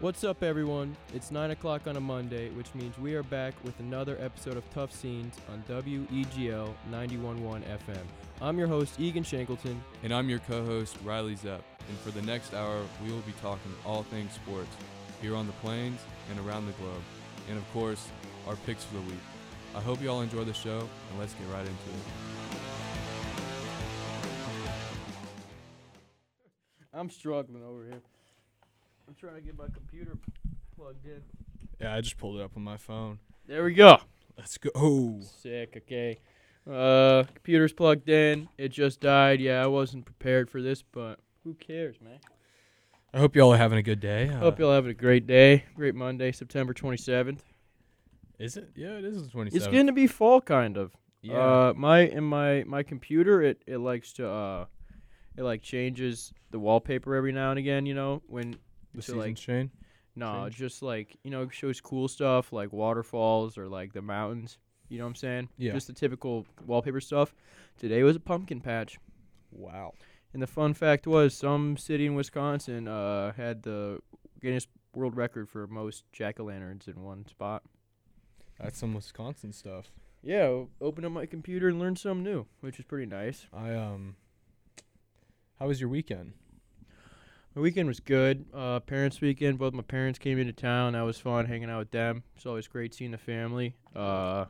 What's up, everyone? It's 9 o'clock on a Monday, which means we are back with another episode of Tough Scenes on E WEGL 91.1 FM. I'm your host, Egan Shankleton. And I'm your co host, Riley Zepp. And for the next hour, we will be talking all things sports here on the plains and around the globe. And of course, our picks for the week. I hope you all enjoy the show, and let's get right into it. I'm struggling over here. I'm trying to get my computer plugged in. Yeah, I just pulled it up on my phone. There we go. Let's go. Sick, okay. Uh, computer's plugged in. It just died. Yeah, I wasn't prepared for this, but who cares, man? I hope you all are having a good day. Uh, Hope y'all having a great day. Great Monday, September 27th. Is it? Yeah, it is the 27th. It's going to be fall, kind of. yeah. Uh, my in my my computer, it it likes to uh, it like changes the wallpaper every now and again. You know when to, the season's like- chain. no, Change? just like you know it shows cool stuff like waterfalls or like the mountains. You know what I'm saying? Yeah. Just the typical wallpaper stuff. Today was a pumpkin patch, Wow. and the fun fact was some city in Wisconsin uh had the Guinness World Record for most jack o' lanterns in one spot. That's some Wisconsin stuff. Yeah, o- opened up my computer and learned something new, which is pretty nice. I, um, how was your weekend? My weekend was good. Uh, parents' weekend, both my parents came into town. That was fun hanging out with them. It's always great seeing the family. Uh,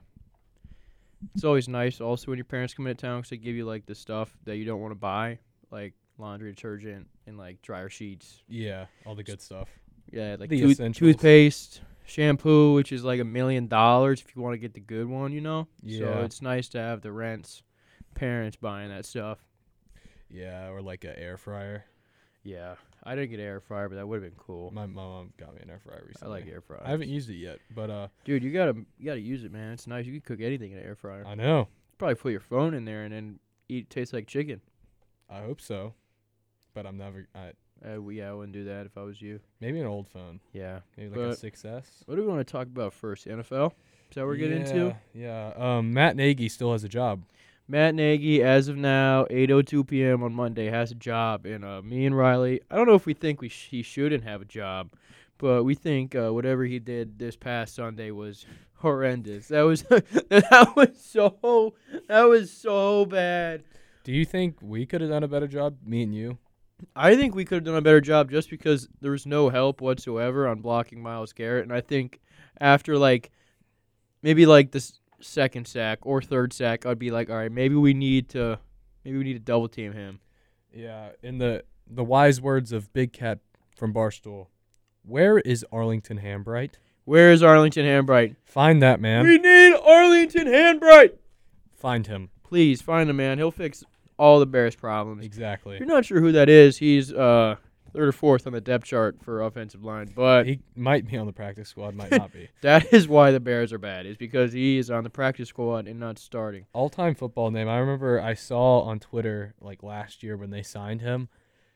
it's always nice also when your parents come into town because they give you like the stuff that you don't want to buy, like laundry detergent and like dryer sheets. Yeah, all the good stuff. Yeah, like The tooth- essentials. toothpaste, shampoo, which is like a million dollars if you want to get the good one, you know? Yeah. So it's nice to have the rents, parents buying that stuff. Yeah, or like a air fryer. Yeah. I didn't get an air fryer, but that would have been cool. My, my mom got me an air fryer I recently. like air fryers. I haven't used it yet, but uh, Dude, you gotta you gotta use it, man. It's nice. You can cook anything in an air fryer. I know. Probably put your phone in there and then eat. It tastes like chicken. I hope so, but I'm never. I, Uh, we, yeah, I wouldn't do that if I was you. maybe an old phone, Yeah. maybe like But- a 6S. What do we want to talk about first? NFL. Is that what we're getting into? Yeah. Um, Matt Nagy still has a job. Matt Nagy, as of now, 8:02 p.m. on Monday, has a job, and uh, me and Riley. I don't know if we think we sh- he shouldn't have a job, but we think uh, whatever he did this past Sunday was horrendous. That was that was so that was so bad. Do you think we could have done a better job, me and you? I think we could have done a better job just because there was no help whatsoever on blocking Miles Garrett, and I think after like maybe like the s- second sack or third sack, I'd be like, all right, maybe we need to maybe we need to double team him. Yeah. In the the wise words of Big Cat from Barstool, where is Arlington Hambright? Where is Arlington Handbright? Find that man. We need Arlington Handbright. Find him. Please find the man. He'll fix all the Bears' problems. If Exactly. you're not sure who that is, he's uh third or fourth on the depth chart for offensive line, but He might be on the practice squad, might not be. that is why the Bears are bad. Is because he is on the practice squad and not starting. all time football name. I remember I saw on Twitter like last year when they signed him,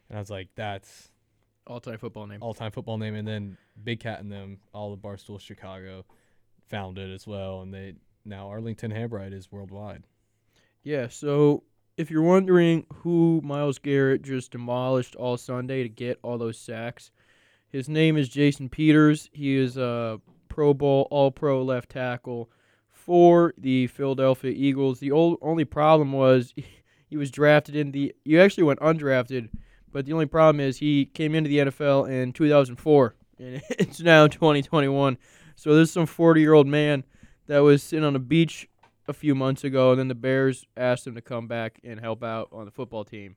and I was like, that's All time football name. all time football name. And then Big Cat and them, all the Barstool Chicago, found it as well. And they now Arlington Hambright is worldwide. Yeah, so if you're wondering who Miles Garrett just demolished all Sunday to get all those sacks, his name is Jason Peters. He is a Pro Bowl, All Pro left tackle for the Philadelphia Eagles. The ol only problem was he was drafted in the. You actually went undrafted, but the only problem is he came into the NFL in 2004, and it's now 2021. So there's some 40 year old man that was sitting on a beach a few months ago, and then the Bears asked him to come back and help out on the football team.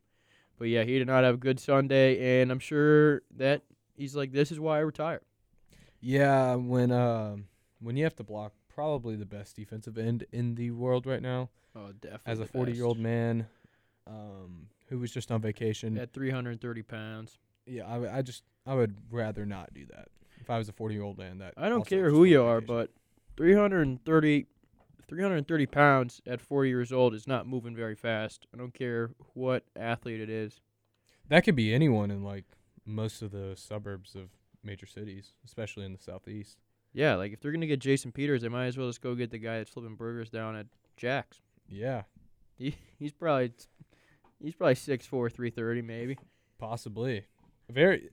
But yeah, he did not have a good Sunday, and I'm sure that he's like, "This is why I retire." Yeah, when um when you have to block probably the best defensive end in the world right now Oh, definitely. as a the 40 year best. old man um, who was just on vacation. at 330 pounds, Yeah, I, would- I just I would rather not do that. If I was a 40 year old man, that I don't also care was who on you are, vacation. but 330, 330 pounds at 40 years old is not moving very fast. I don't care what athlete it is. that could be anyone in like most of the suburbs of major cities, especially in the southeast. Yeah, like if they're gonna get Jason Peters, they might as well just go get the guy that's flipping burgers down at Jack's. Yeah, He, he's probably he's probably six four, three thirty maybe. possibly. Very.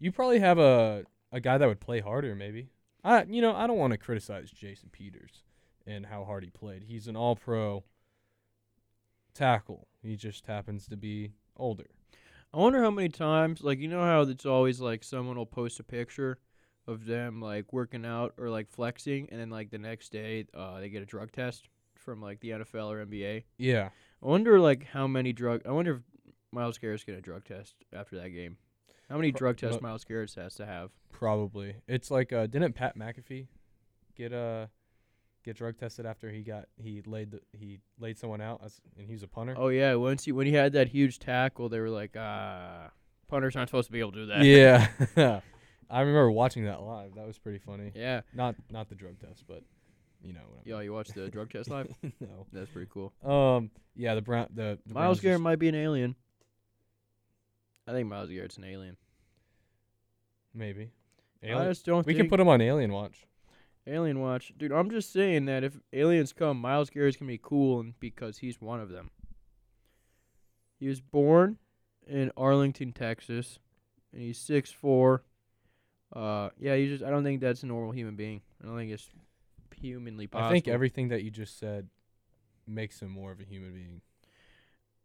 You probably have a a guy that would play harder, maybe. I, you know, I don't want to criticize Jason Peters and how hard he played. He's an All-Pro tackle. He just happens to be older. I wonder how many times, like, you know how it's always like someone will post a picture of them like working out or like flexing, and then like the next day uh, they get a drug test from like the NFL or NBA. Yeah, I wonder like how many drug. I wonder if Miles Garrett's get a drug test after that game. How many Pro- drug tests but- Miles Garrett has to have? probably. It's like uh, didn't Pat McAfee get uh get drug tested after he got he laid the, he laid someone out as, and he was a punter. Oh yeah, once he when he had that huge tackle, they were like, ah, punters aren't supposed to be able to do that. Yeah. I remember watching that live. That was pretty funny. yeah. Not not the drug test, but you know what I Yo, you watched the drug test live? mean. no. That's pretty cool. Um yeah, the Brown the, the Miles Browns Garrett just- might be an alien. I think Miles Garrett's an alien. maybe. I Alien. just don't We think can put him on Alien Watch. Alien Watch. Dude, I'm just saying that if aliens come, Miles Garrett's gonna be cool and because he's one of them. He was born in Arlington, Texas, and he's six four. Uh yeah, you just I don't think that's a normal human being. I don't think it's humanly possible. I think everything that you just said makes him more of a human being.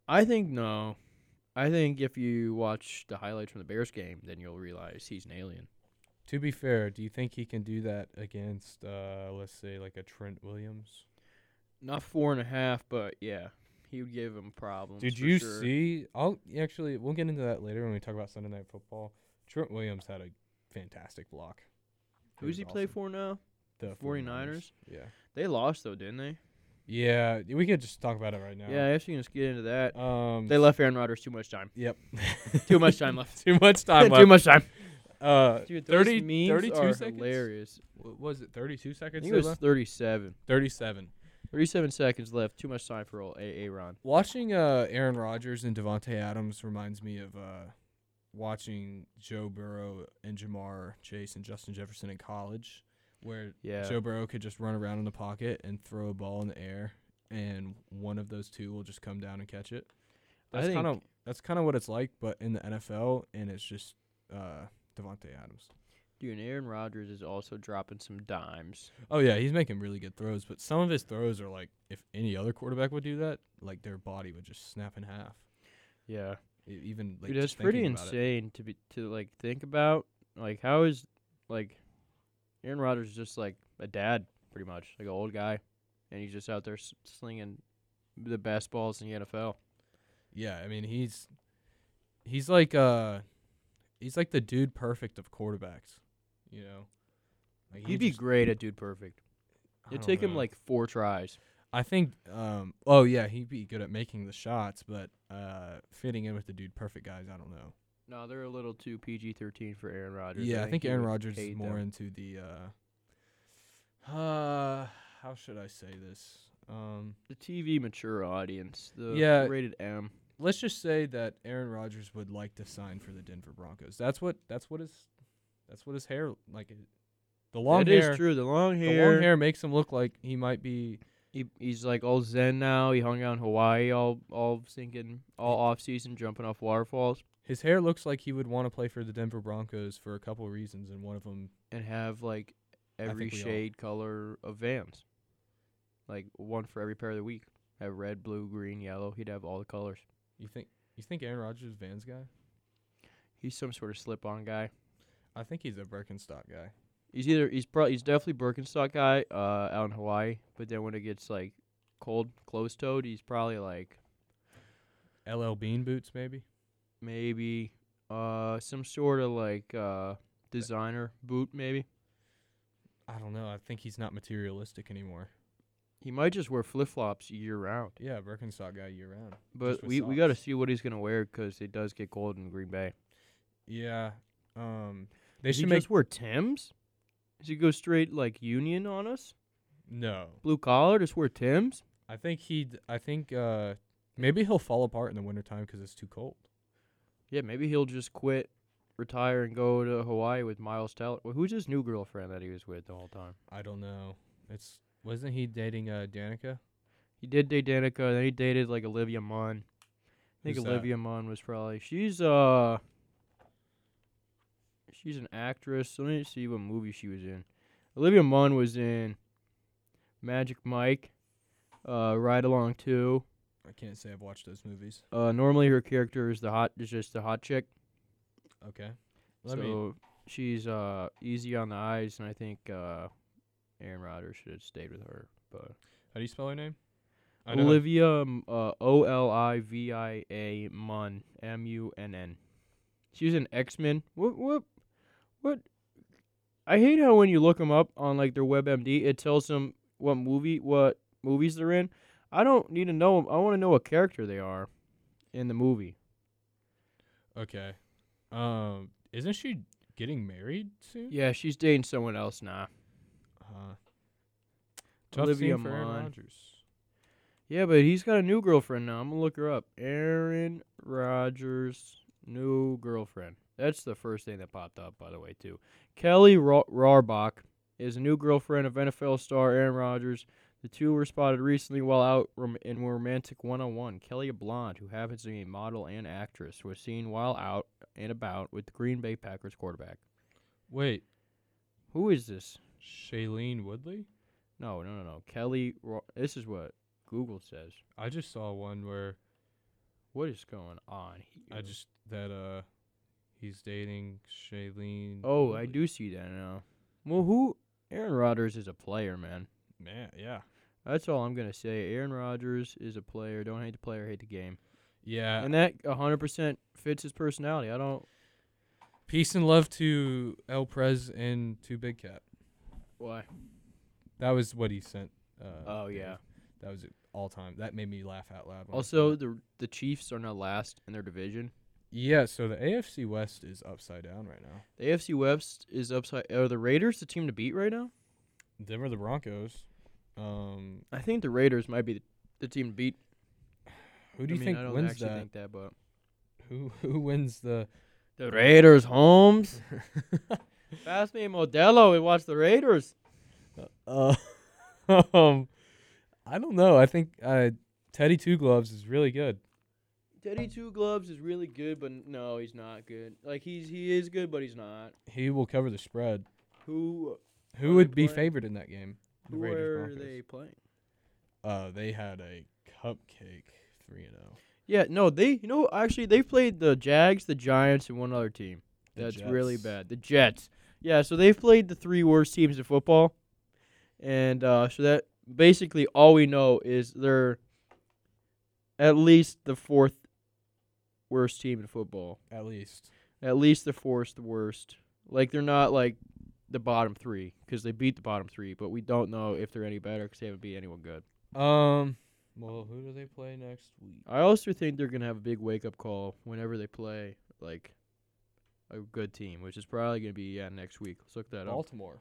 I think no. I think if you watch the highlights from the Bears game, then you'll realize he's an alien. To be fair, do you think he can do that against uh let's say like a Trent Williams? Not four and a half, but yeah, he would give him problems. Did for you sure. see? I'll actually we'll get into that later when we talk about Sunday night football. Trent Williams had a fantastic block. It Who's was he play awesome. for now? The 49ers? Yeah. They lost though, didn't they? Yeah, we could just talk about it right now. Yeah, I actually just get into that. Um They left Aaron Rodgers too much time. Yep. Too much time left. Too much time left. too much time. Uh Dude, those 30 memes 32 are seconds? hilarious. what was it 32 I seconds think it was 37. 37. 37 seconds left. Too much time for old A- Aaron. Watching uh Aaron Rodgers and Devontae Adams reminds me of uh watching Joe Burrow and Jamar Chase and Justin Jefferson in college where Yeah. Joe Burrow could just run around in the pocket and throw a ball in the air and one of those two will just come down and catch it. I That's think- kind of that's kind of what it's like but in the NFL and it's just uh Devontae Adams. Dude, and Aaron Rodgers is also dropping some dimes. Oh yeah, he's making really good throws, but some of his throws are like if any other quarterback would do that, like their body would just snap in half. Yeah. E- Even like Dude, that's just pretty thinking about it. insane to be to like think about. Like, how is like Aaron Rodgers is just like a dad, pretty much, like an old guy, and he's just out there s- slinging the best balls in the NFL. Yeah, I mean he's he's like uh he's like the dude perfect of quarterbacks, you know. Like, he He'd be just- great at dude perfect. I It'd don't take him know. like four tries. I think um oh yeah he'd be good at making the shots, but uh fitting in with the dude perfect guys I don't know. No, they're a little too PG thirteen for Aaron Rodgers. Yeah, I think he Aaron would Rodgers is hate more them. into the uh, uh how should I say this? Um the TV mature audience. The Yeah. rated M. let's just say that Aaron Rodgers would like to sign for the Denver Broncos. That's what that's what his that's what his hair like it- the long It is hair true. The long the hair. long hair makes him look like he might be He, he's like all zen now. He hung out in Hawaii all all sinking all off season, jumping off waterfalls, his hair looks like he would want to play for the Denver Broncos for a couple reasons and one of them and have like every think we all- shade color of Vans, like one for every pair of the week. Have red, blue, green, yellow. He'd have all the colors. you think you think Aaron Rodgers is a Vans guy? He's some sort of slip-on guy. I think he's a Birkenstock guy. He's either he's pro- he's definitely Birkenstock guy uh, out in Hawaii, but then when it gets like cold, close toed, he's probably like LL Bean boots maybe? maybe uh some sort of like uh designer boot maybe. I don't know. I think he's not materialistic anymore. He might just wear flip flops year round, Yeah, Birkenstock guy year round. but with we we got to socks. see what he's gonna wear because it does get cold in Green Bay. Yeah. Um they Does he should make just wear Tims? Does he go straight like Union on us? No. Blue collar, just wear Tims. I think he would I think uh maybe he'll fall apart in the wintertime cuz it's too cold. Yeah, maybe he'll just quit, retire, and go to Hawaii with Miles Teller. Well, who's his new girlfriend that he was with the whole time? I don't know. It's wasn't he dating uh Danica? He did date Danica, then he dated like Olivia Munn. I think Who's that? Olivia Munn was probably she's uh She's an actress. So let me see what movie she was in. Olivia Munn was in Magic Mike, uh, Ride Along Two. I can't say I've watched those movies. Uh, normally her character is the hot, is just the hot chick. Okay. Let so me. she's uh easy on the eyes, and I think uh, Aaron Rodgers should have stayed with her. But How do you spell her name? I know. Olivia um, uh, O L I V I A Munn M U N N. She was an X Men. What what what? I hate how when you look them up on like their WebMD, it tells them what movie what movies they're in. I don't need to know 'em. I want to know what character they are in the movie. Okay. Um, isn't she getting married soon? Yeah, she's dating someone else now. Uh, tough Olivia scene for Aaron Munn. Rodgers. Yeah, but he's got a new girlfriend now. I'm gonna look her up. Aaron Rodgers' new girlfriend. That's the first thing that popped up, by the way, too. Kelly Ra- Rarbach is a new girlfriend of NFL star Aaron Rodgers. The two were spotted recently while out rom- in romantic one-on-one. Kelly, a blonde who happens to be a model and actress, was seen while out and about with the Green Bay Packers quarterback. Wait, Who is this? Shailene Woodley? No, no, no, no. Kelly. Ra- this is what Google says. I just saw one where What is going on here? I just that uh he's dating Shailene. Oh, I Woodley. do see that now. Well, who? Aaron Rodgers is a player, man. Man, yeah. That's all I'm gonna say. Aaron Rodgers is a player. Don't hate the player, hate the game. Yeah. And that 100% fits his personality. I don't. Peace and love to El Prez and to Big Cat. Why? That was what he sent. Uh, Oh Dave. yeah. That was all time. That made me laugh out loud. when I saw Also, it. the the Chiefs are now last in their division. yeah. So the AFC West is upside down right now. The AFC West is upside. Are the Raiders the team to beat right now? Denver, the Broncos. Um, I think the Raiders might be the, the team to beat. who do I you mean, I think don't wins actually that? think that, but Who who wins the? the Raiders, Holmes. Pass me Modelo and watch the Raiders. Uh, um, I don't know. I think uh, Teddy Two Gloves is really good. Teddy Two Gloves is really good, but no, he's not good. Like he's he is good, but he's not. He will cover the spread. Who Who Are they would be playing- favored in that game? The who are Raiders. they playing? Broncos. Uh, they had a cupcake three and oh. zero. Yeah, no, they you know actually they played the Jags, the Giants, and one other team. The That's really Jets. bad. The Jets. Yeah, so they've played the three worst teams in football, and uh, so that basically all we know is they're at least the fourth worst team in football. At least. At least the fourth worst. Like they're not like the bottom three because they beat the bottom three, but we don't know if they're any better because they haven't beat anyone good. Um. Well, who do they play next week? I also think they're gonna have a big wake up call whenever they play like a good team, which is probably gonna be yeah next week. Let's look that up. Baltimore.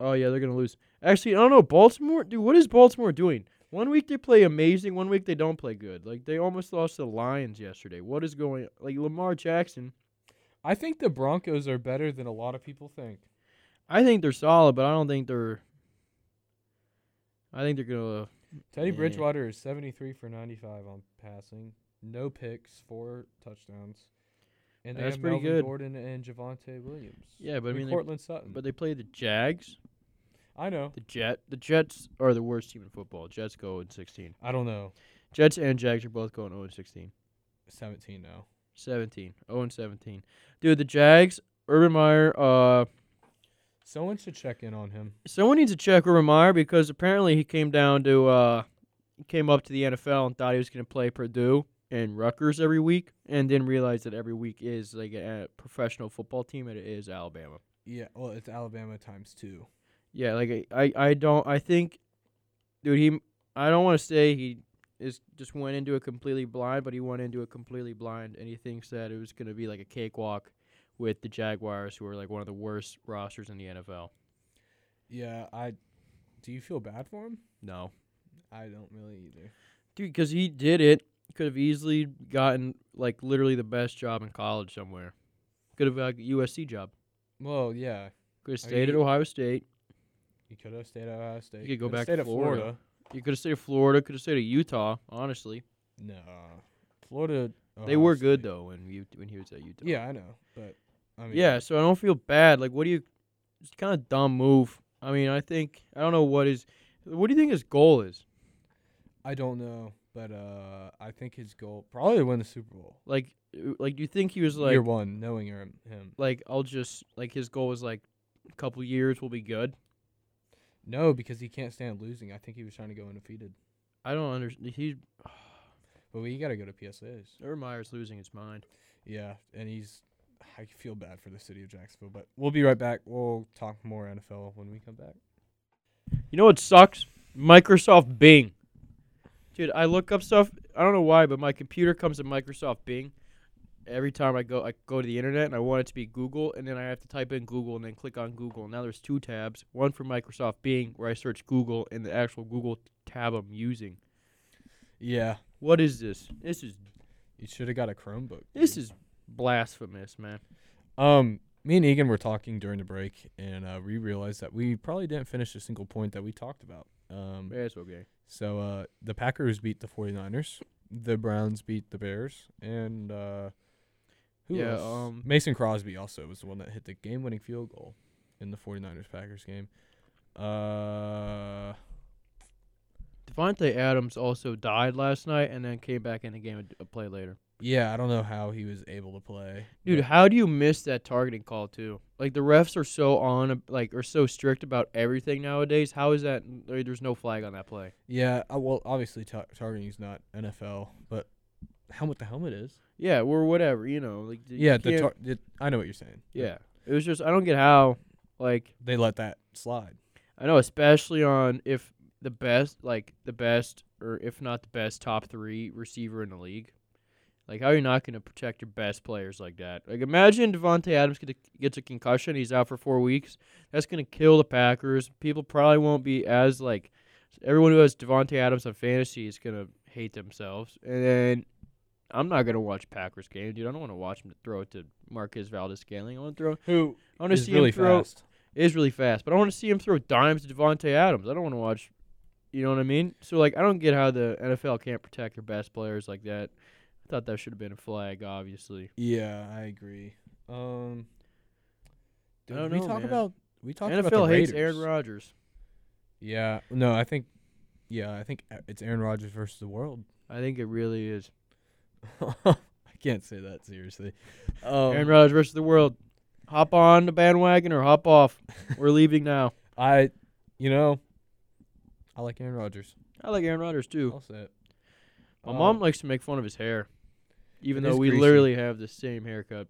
Oh yeah, they're gonna lose. Actually, I don't know. Baltimore, dude, what is Baltimore doing? One week they play amazing, one week they don't play good. Like they almost lost to the Lions yesterday. What is going? Like Lamar Jackson, I think the Broncos are better than a lot of people think. I think they're solid, but I don't think they're. I think they're gonna. Teddy Yeah. Bridgewater is 73 for 95 on passing, no picks, four touchdowns. And they That's have pretty Melvin good. Gordon and Javante Williams. Yeah, but I And mean, they- Cortland Sutton. But they play the Jags, I know. the Jet. The Jets are the worst team in football. Jets go in sixteen. I don't know. Jets and Jags are both going 0 and 16. 17 now. 17. 0 and 17. Dude, the Jags, Urban Meyer, uh, Someone should check in on him. someone needs to check Urban Meyer because apparently he came down to, uh, came up to the NFL and thought he was going to play Purdue and Rutgers every week and didn't realize that every week is like a professional football team and it is Alabama. Yeah, well, it's Alabama times two. Yeah, like I, I don't, I think, dude, he, I don't want to say he is just went into it completely blind, but he went into it completely blind, and he thinks that it was gonna be like a cakewalk with the Jaguars, who are like one of the worst rosters in the NFL. Yeah, I. Do you feel bad for him? No, I don't really either. dude, because he did it, could have easily gotten like literally the best job in college somewhere. Could have like a USC job. Well, yeah, Could have I stayed at mean- Ohio State. he could have stayed at Ohio State. could go coulda back to stayed at Florida. You could have stayed at Florida. Could have stayed at Utah. Honestly, No, Florida. they Ohio were good State. though when you when he was at Utah. Yeah, I know, but I mean, Yeah, so I don't feel bad. Like, what do you? It's kind of dumb move. I mean, I think I don't know what is. What do you think his goal is? I don't know, but uh, I think his goal probably to win the Super Bowl. Like, uh, like do you think he was like, Year one, knowing him, him. like I'll just like his goal was like, a couple years will be good. No, because he can't stand losing. I think he was trying to go undefeated. I don't understand. He But we got to go to PSAs. Urmeyer's losing his mind. Yeah, and he's. I feel bad for the city of Jacksonville, but we'll be right back. We'll talk more NFL when we come back. You know what sucks? Microsoft Bing. Dude, I look up stuff. I don't know why, but my computer comes to Microsoft Bing every time I go. I go to the internet and I want it to be Google, and then I have to type in Google and then click on Google. Now there's two tabs: one for Microsoft Bing, where I search Google, and the actual Google tab I'm using. Yeah, What is this? This is you should have got a Chromebook. this dude. is blasphemous, man. Um, me and Egan were talking during the break, and uh, we realized that we probably didn't finish a single point that we talked about. Um, That's okay. so uh, the Packers beat the 49ers, the Browns beat the Bears, and uh, who Yeah, else? um, Mason Crosby also was the one that hit the game-winning field goal in the 49ers Packers game. Uh, Devontae Adams also died last night, and then came back in the game a, a play later. yeah, I don't know how he was able to play. Dude, how do you miss that targeting call too? Like the refs are so on, like are so strict about everything nowadays. How is that? like, There's no flag on that play. Yeah, uh, well, obviously tar- targeting is not NFL, but helmet to helmet is. Yeah, or whatever, you know. Like you Yeah, the can't- tar- the, I know what you're saying. yeah. It was just I don't get how, like they let that slide. I know, especially on if the best, like the best, or if not the best, top three receiver in the league. Like how are you not going to protect your best players like that? Like imagine Devonte Adams get a, gets a concussion, he's out for four weeks. That's going to kill the Packers. People probably won't be as like everyone who has Devonte Adams on fantasy is going to hate themselves. And then I'm not going to watch Packers game, dude. I don't want to watch him throw it to Marquez Valdez Scaling. I want to throw. Who I want to see him throw is really fast, but I want to see him throw dimes to Devonte Adams. I don't want to watch, you know what I mean? So like, I don't get how the NFL can't protect their best players like that. I thought that should have been a flag, obviously. Yeah, I agree. Um, I did don't we know, talk man. about we talked about the NFL hates Raiders. Aaron Rodgers. Yeah, no, I think, yeah, I think a- it's Aaron Rodgers versus the world. I think it really is I can't say that seriously. Um, Aaron Rodgers versus the world. Hop on the bandwagon or hop off. We're leaving now. I, you know, I like Aaron Rodgers. I like Aaron Rodgers too. I'll say it. My Um, mom likes to make fun of his hair, even It though is we greasy. literally have the same haircut.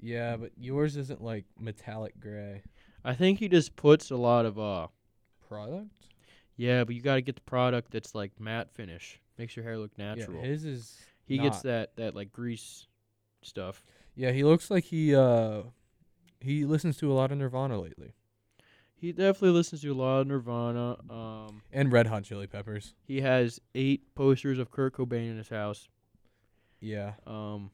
Yeah, but yours isn't like metallic gray I think he just puts a lot of uh, product. Yeah, but you got to get the product that's like matte finish. Makes your hair look natural. Yeah, his is. he gets not. that that like grease stuff. Yeah, he looks like he uh, he listens to a lot of Nirvana lately. He definitely listens to a lot of Nirvana. Um, and Red Hot Chili Peppers. he has eight posters of Kurt Cobain in his house. Yeah, Um,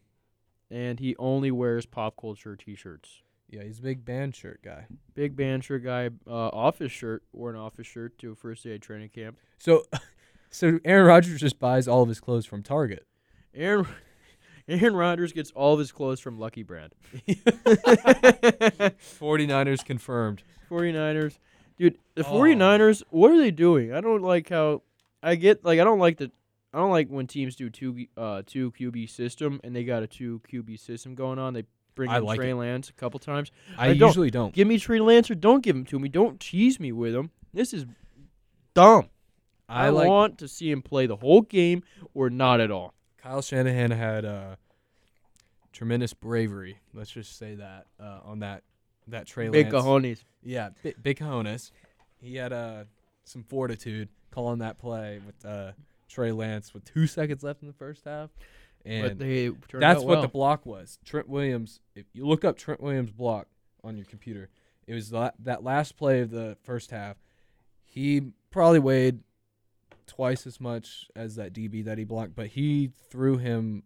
and he only wears pop culture T-shirts. yeah, he's a big band shirt guy. Big band shirt guy, uh, office shirt wore an office shirt to a first day at training camp. So, so Aaron Rodgers just buys all of his clothes from Target. Aaron Aaron Rodgers gets all of his clothes from Lucky Brand. 49ers confirmed. 49ers. Dude, the Oh. 49ers, what are they doing? I don't like how I get like I don't like the I don't like when teams do two uh two QB system and they got a two QB system going on. They bring I in like Trey it. Lance a couple times. I, I don't- usually don't. Give me Trey Lance or don't give him to me. Don't tease me with him. This is dumb. I, I, like want to see him play the whole game or not at all. Kyle Shanahan had uh, tremendous bravery. Let's just say that uh, on that that Trey Big Lance. cojones. Yeah, bi- big cojones. He had uh, some fortitude calling that play with uh, Trey Lance with two seconds left in the first half. And But they turned That's out what well. the block was. Trent Williams. If you look up Trent Williams' block on your computer, it was that, that last play of the first half. He probably weighed twice as much as that DB that he blocked, but he threw him.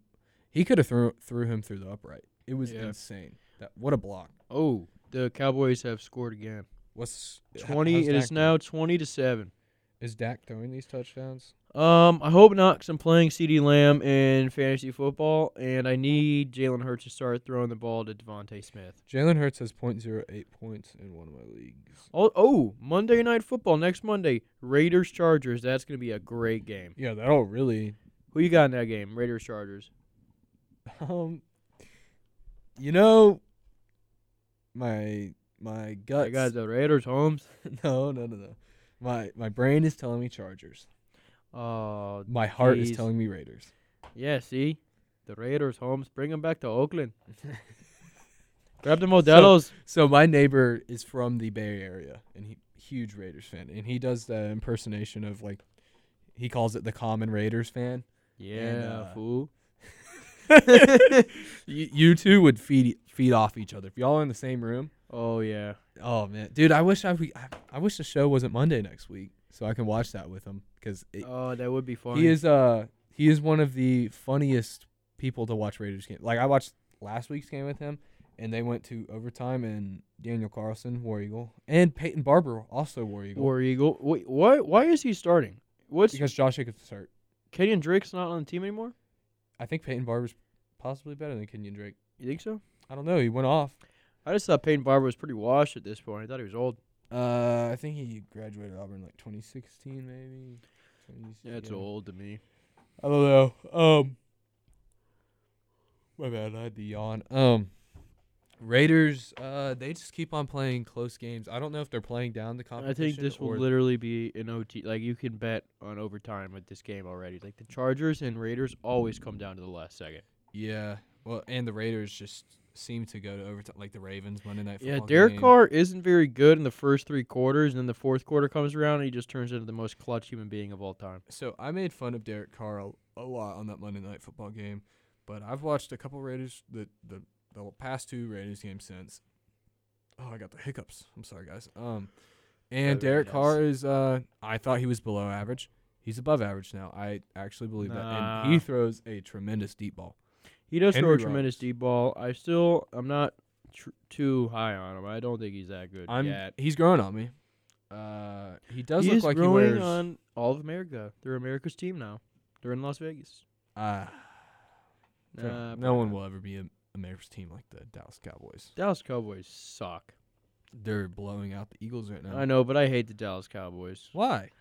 He could have threw threw him through the upright. It was Yeah. insane. That what a block. Oh, the Cowboys have scored again. What's h- Twenty. how's It is Dak doing? now twenty to seven. Is Dak throwing these touchdowns? Um, I hope not, because I'm playing CD Lamb in fantasy football, and I need Jalen Hurts to start throwing the ball to Devontae Smith. Jalen Hurts has 0.08 points in one of my leagues. Oh, oh, Monday Night Football next Monday, Raiders Chargers. That's gonna be a great game. Yeah, that'll really. Who you got in that game? Raiders Chargers. Um, you know, my my guts. I got the Raiders. Holmes. no, no, no, no. My my brain is telling me Chargers. Oh, My heart is Jeez. telling me Raiders. yeah. See, the Raiders. Holmes, bring them back to Oakland. Grab the Modelo's. So my neighbor is from the Bay Area, and he huge Raiders fan, and he does the impersonation of like, he calls it the common Raiders fan. yeah, uh, fool. you, you two would feed feed off each other if y'all are in the same room. Oh yeah. Oh man, dude, I wish I, we- I I wish the show wasn't Monday next week so I can watch that with him because Oh, that would be funny. he is uh he is one of the funniest people to watch Raiders game. Like I watched last week's game with him, and they went to overtime, and Daniel Carlson War Eagle and Peyton Barber also War Eagle War Eagle. Wait, why? Why is he starting? What's because Josh Jacobs is hurt. Kenyon Drake's not on the team anymore? I think Peyton Barber's possibly better than Kenyon Drake. You think so? I don't know. He went off. I just thought Peyton Barber was pretty washed at this point. I thought he was old. Uh, I think he graduated Auburn like 2016 maybe. 20, yeah. old to me. I don't know. Um, my bad. I had the yawn. Um, Raiders. Uh, they just keep on playing close games. I don't know if they're playing down the I competition. think this will or- literally be an OT. Like you can bet on overtime with this game already. Like the Chargers and Raiders always come down to the last second. yeah. Well, and the Raiders just seem to go to overtime, like the Ravens Monday night. Yeah, Football Derek game. Carr isn't very good in the first three quarters, and then the fourth quarter comes around, and he just turns into the most clutch human being of all time. So I made fun of Derek Carr a, a lot on that Monday night football game, but I've watched a couple Raiders the the, the past two Raiders games since. Oh, I got the hiccups. I'm sorry, guys. Um, and Everybody Derek Carr is uh, I thought he was below average. He's above average now. I actually believe that, and he Nah. throws a tremendous deep ball. He does Henry throw a tremendous Ruggs. deep ball. I still, I'm not tr- too high on him. I don't think he's that good I'm yet. he's growing on me. Uh, he does He look is like he growing wears. on all of America. They're America's team now. They're in Las Vegas. Uh, uh, Nah, probably no one not. will ever be a, a Mariners team like the Dallas Cowboys. Dallas Cowboys suck. They're blowing out the Eagles right now. I know, but I hate the Dallas Cowboys Why? I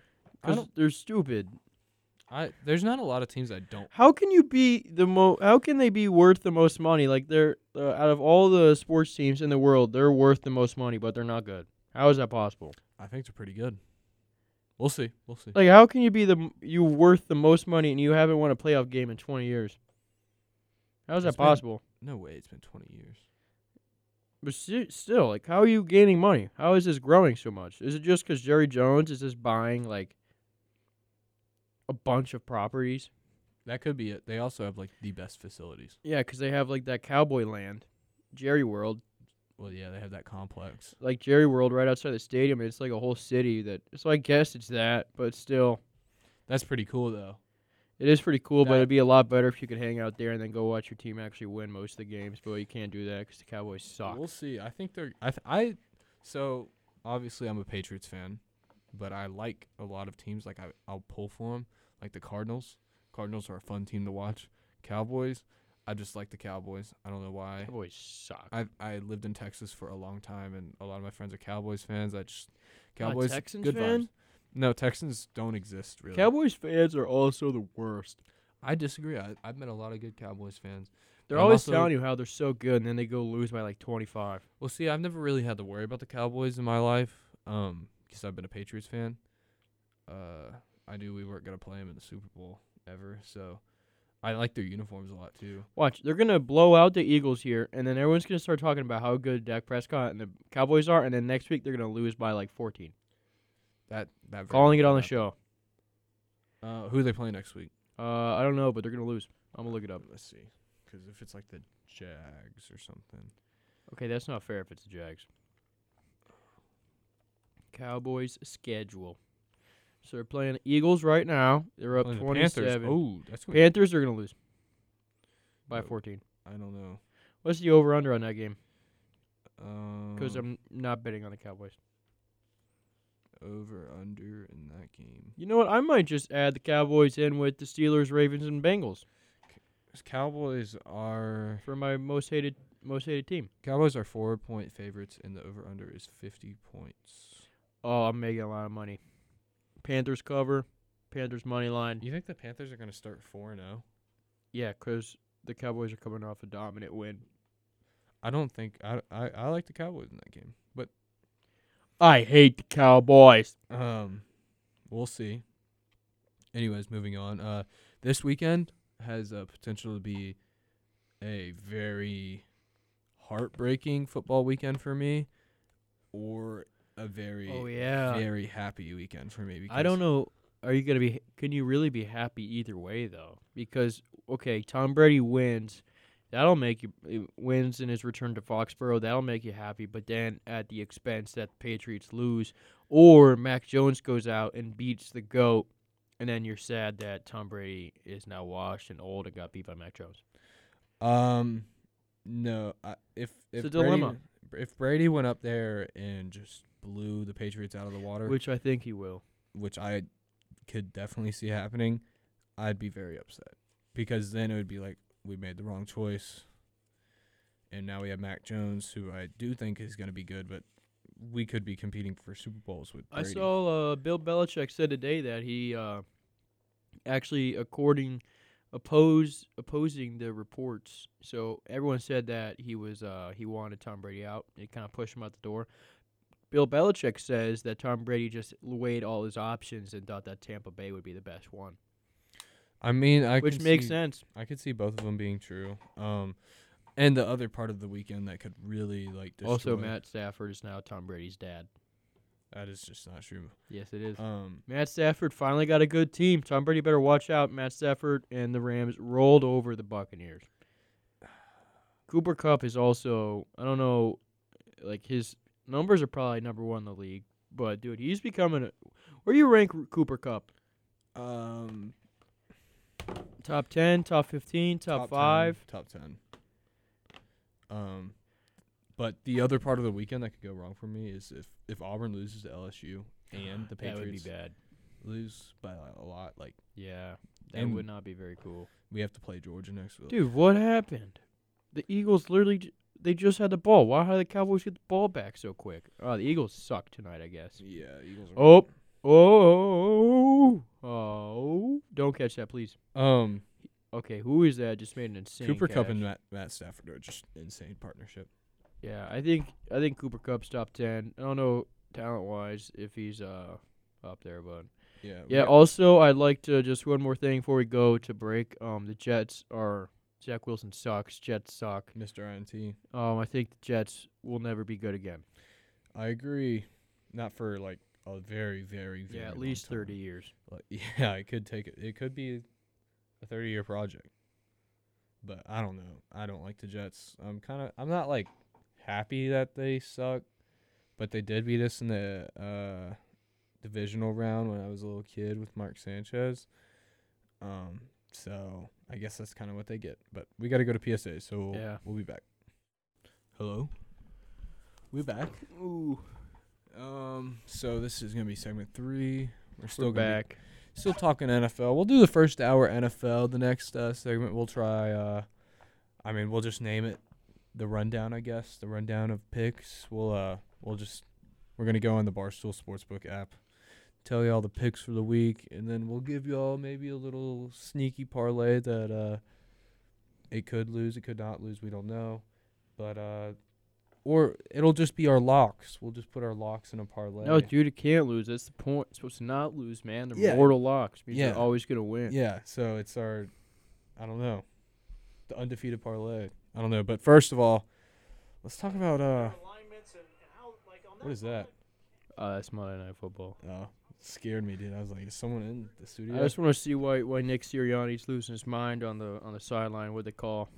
because don't. they're stupid. I there's not a lot of teams I don't. How can you be the mo? How can they be worth the most money? Like they're uh, out of all the sports teams in the world, they're worth the most money, but they're not good. How is that possible? I think they're pretty good. We'll see. We'll see. Like how can you be the m- you worth the most money and you haven't won a playoff game in 20 years? How is It's that been- possible? No way. It's been 20 years. But sti- still, like, how are you gaining money? How is this growing so much? Is it just because Jerry Jones is just buying like a bunch of properties? That could be it. They also have like the best facilities. Yeah, because they have like that cowboy land, Jerry World, Well, yeah, they have that complex. like Jerry World right outside the stadium. and It's like a whole city that. So I guess it's that, but still, That's pretty cool though. it is pretty cool. but That- it'd be a lot better if you could hang out there and then go watch your team actually win most of the games. But you can't do that because the Cowboys suck. We'll see. I think they're. I. Th- I. So obviously I'm a Patriots fan, but I like a lot of teams. Like I, I'll pull for them. Like the Cardinals. Cardinals are a fun team to watch. Cowboys. I just like the Cowboys. I don't know why. Cowboys suck. I I lived in Texas for a long time, and a lot of my friends are Cowboys fans. I just Not a Cowboys Texans good fan? vibes. No, Texans don't exist really. Cowboys fans are also the worst. I disagree. I, I've met a lot of good Cowboys fans. They're I'm always also- telling you how they're so good, and then they go lose by like 25. Well, see, I've never really had to worry about the Cowboys in my life, um, because I've been a Patriots fan. Uh, I knew we weren't gonna play them in the Super Bowl ever, so I like their uniforms a lot too. Watch, they're gonna blow out the Eagles here, and then everyone's gonna start talking about how good Dak Prescott and the Cowboys are, and then next week they're gonna lose by like 14. That that very Calling it well on the could show. happen. Uh, who they play next week? Um, Uh, I don't know, but they're gonna lose. I'm gonna look it up. Let's see, because if it's like the Jags or something. Okay, that's not fair if it's the Jags. Cowboys schedule. So they're playing the Eagles right now. They're up Playing the 27. Panthers. Oh, that's gonna be- Panthers are gonna lose by Nope. 14. I don't know. What's the over under on that game? Um, Because I'm not betting on the Cowboys. over under in that game? You know what? I might just add the Cowboys in with the Steelers, Ravens, and Bengals Cowboys are for my most hated most hated team. Cowboys are four point favorites, and the over under is fifty points. Oh, I'm making a lot of money. Panthers cover, Panthers money line. You think the Panthers are going to start four and oh? zero? Yeah, 'cause the Cowboys are coming off a dominant win. I don't think I, I I like the Cowboys in that game, but I hate the Cowboys. um, we'll see. Anyways, moving on. Uh, this weekend has a potential to be a very heartbreaking football weekend for me, or a very Oh yeah. very happy weekend for me. Because I don't know. Are you gonna be? Can you really be happy either way though? Because okay, Tom Brady wins. That'll make you it wins in his return to Foxborough. That'll make you happy. But then at the expense that the Patriots lose, or Mac Jones goes out and beats the goat, and then you're sad that Tom Brady is now washed and old and got beat by Mac Jones. Um, no. I, if if It's a Brady, dilemma. If Brady went up there and just blew the Patriots out of the water, which, Which I think he will. I could definitely see happening, I'd be very upset because then it would be like we made the wrong choice, and now we have Mac Jones, who I do think is going to be good, but we could be competing for Super Bowls with Brady. I saw uh, Bill Belichick said today that he uh, actually according oppose opposing the reports. So everyone said that he was uh, he wanted Tom Brady out. It kind of pushed him out the door. Bill Belichick says that Tom Brady just weighed all his options and thought that Tampa Bay would be the best one, I mean, I which can makes see- sense. I could see both of them being true. Um, and the other part of the weekend that could really like destroy Also, Matt Stafford is now Tom Brady's dad. That is just not true. Yes, it is. Um, Matt Stafford finally got a good team. Tom Brady better watch out. Matt Stafford and the Rams rolled over the Buccaneers. Cooper Cup is also I don't know, like his numbers are probably number one in the league, but dude, he's becoming. A, where you rank Cooper Cup? um, Top ten, top fifteen, top, 10, five. top ten. Um, but the other part of the weekend that could go wrong for me is if if Auburn loses to LSU and the that would be Patriots bad. lose by a lot, like Yeah, that And- would not be very cool. we have to play Georgia next week. Dude, what happened? The Eagles literally j- they just had the ball. Why how did the Cowboys get the ball back so quick? Oh, the Eagles suck tonight, I guess. Yeah, Eagles. Are Oh, oh, oh! Don't catch that, please. Um, Okay, who is that? Just made an insane. Cooper Cup catch. and Matt, Matt Stafford are just insane partnership. yeah, I think I think Cooper Cup's top ten. I don't know talent wise if he's uh up there, but Yeah. we yeah. got- Also, I'd like to just one more thing before we go to break. Um, the Jets are Zach Wilson sucks. Jets suck. Mr. INT. Um, I think the Jets will never be good again. I agree. Not for like a very, very, very yeah, at long least time. thirty years. Like, yeah, it could take it. It could be a thirty-year project, but I don't know. I don't like the Jets. I'm kind of. I'm not like happy that they suck, but they did beat us in the uh, divisional round when I was a little kid with Mark Sanchez. Um, so I guess that's kind of what they get. But we got to go to PSA, so we'll, Yeah. we'll be back. Hello. We're back. Ooh, Um, so this is gonna be segment three. We're still we're gonna be back. still talking NFL. We'll do the first hour NFL. The next uh, segment, we'll try. Uh, I mean, we'll just name it the rundown, I guess. The rundown of picks. We'll uh, we'll just we're gonna go on the Barstool Sportsbook app, tell you all the picks for the week, and then we'll give you all maybe a little sneaky parlay that uh, it could lose, it could not lose. We don't know, but uh. Or it'll just be our locks. We'll just put our locks in a parlay. No, dude, it can't lose. That's the point. It's supposed to not lose, man. They're Yeah. mortal locks. Means Yeah. they're always gonna win. Yeah, so it's our, I don't know, the undefeated parlay. I don't know, but first of all, let's talk about uh, what is that? Uh, that's Monday Night Football. Oh, scared me, dude. I was like, is someone in the I studio? just want to see why why Nick Sirianni's losing his mind on the on the sideline. What they call?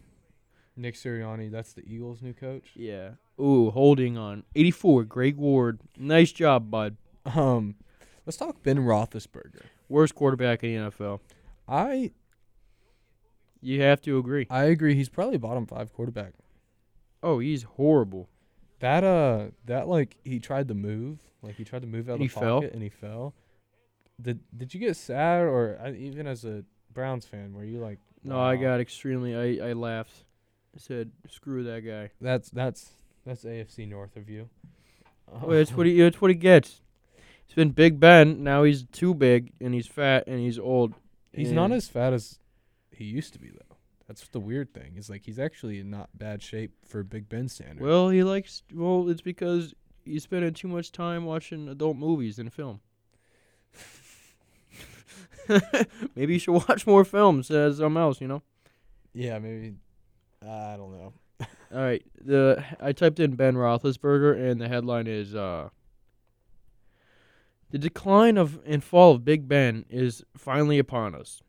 Nick Sirianni, that's the Eagles' new coach. Yeah. Ooh, holding on. 84. Greg Ward. Nice job, bud. Um, let's talk Ben Roethlisberger. Worst quarterback in the NFL. I You have to agree. I agree. He's probably bottom five quarterback. Oh, he's horrible. That uh, that like he tried to move, like he tried to move out of He the fell. pocket and he fell. Did Did you get sad or I, even as a Browns fan, were you like, No, I "Wow, got extremely. I I laughed. I said, "Screw that guy." that's that's that's AFC North of you. Um, Well, that's what he. That's what he gets. It's been Big Ben. Now he's too big, and he's fat, and he's old. He's not and- as fat as he used to be though. That's the weird thing. Is like he's actually in not bad shape for Big Ben standards. Well, he likes. Well, it's because he's spending too much time watching adult movies and film. Maybe you should watch more films as something else, you know. yeah, maybe. I don't know. All right, the I typed in Ben Roethlisberger, and the headline is uh, "The decline of and fall of Big Ben is finally upon us."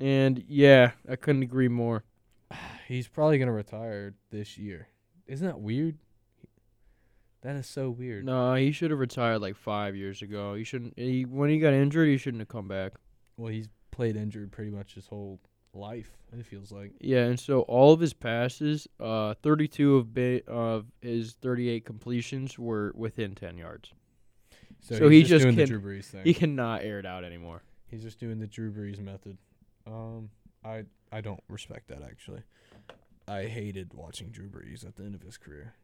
And yeah, I couldn't agree more. He's probably gonna retire this year. Isn't that weird? That is so weird. No, he should have retired like five years ago. He shouldn't. He, when he got injured, he shouldn't have come back. Well, he's played injured pretty much his whole life. It feels like. Yeah, and so all of his passes, uh, 32 of ba- of his 38 completions were within 10 yards. So he he's just doing the can- Drew Brees thing. He cannot air it out anymore. he's just doing the Drew Brees method. Um, I I don't respect that actually. I hated watching Drew Brees at the end of his career.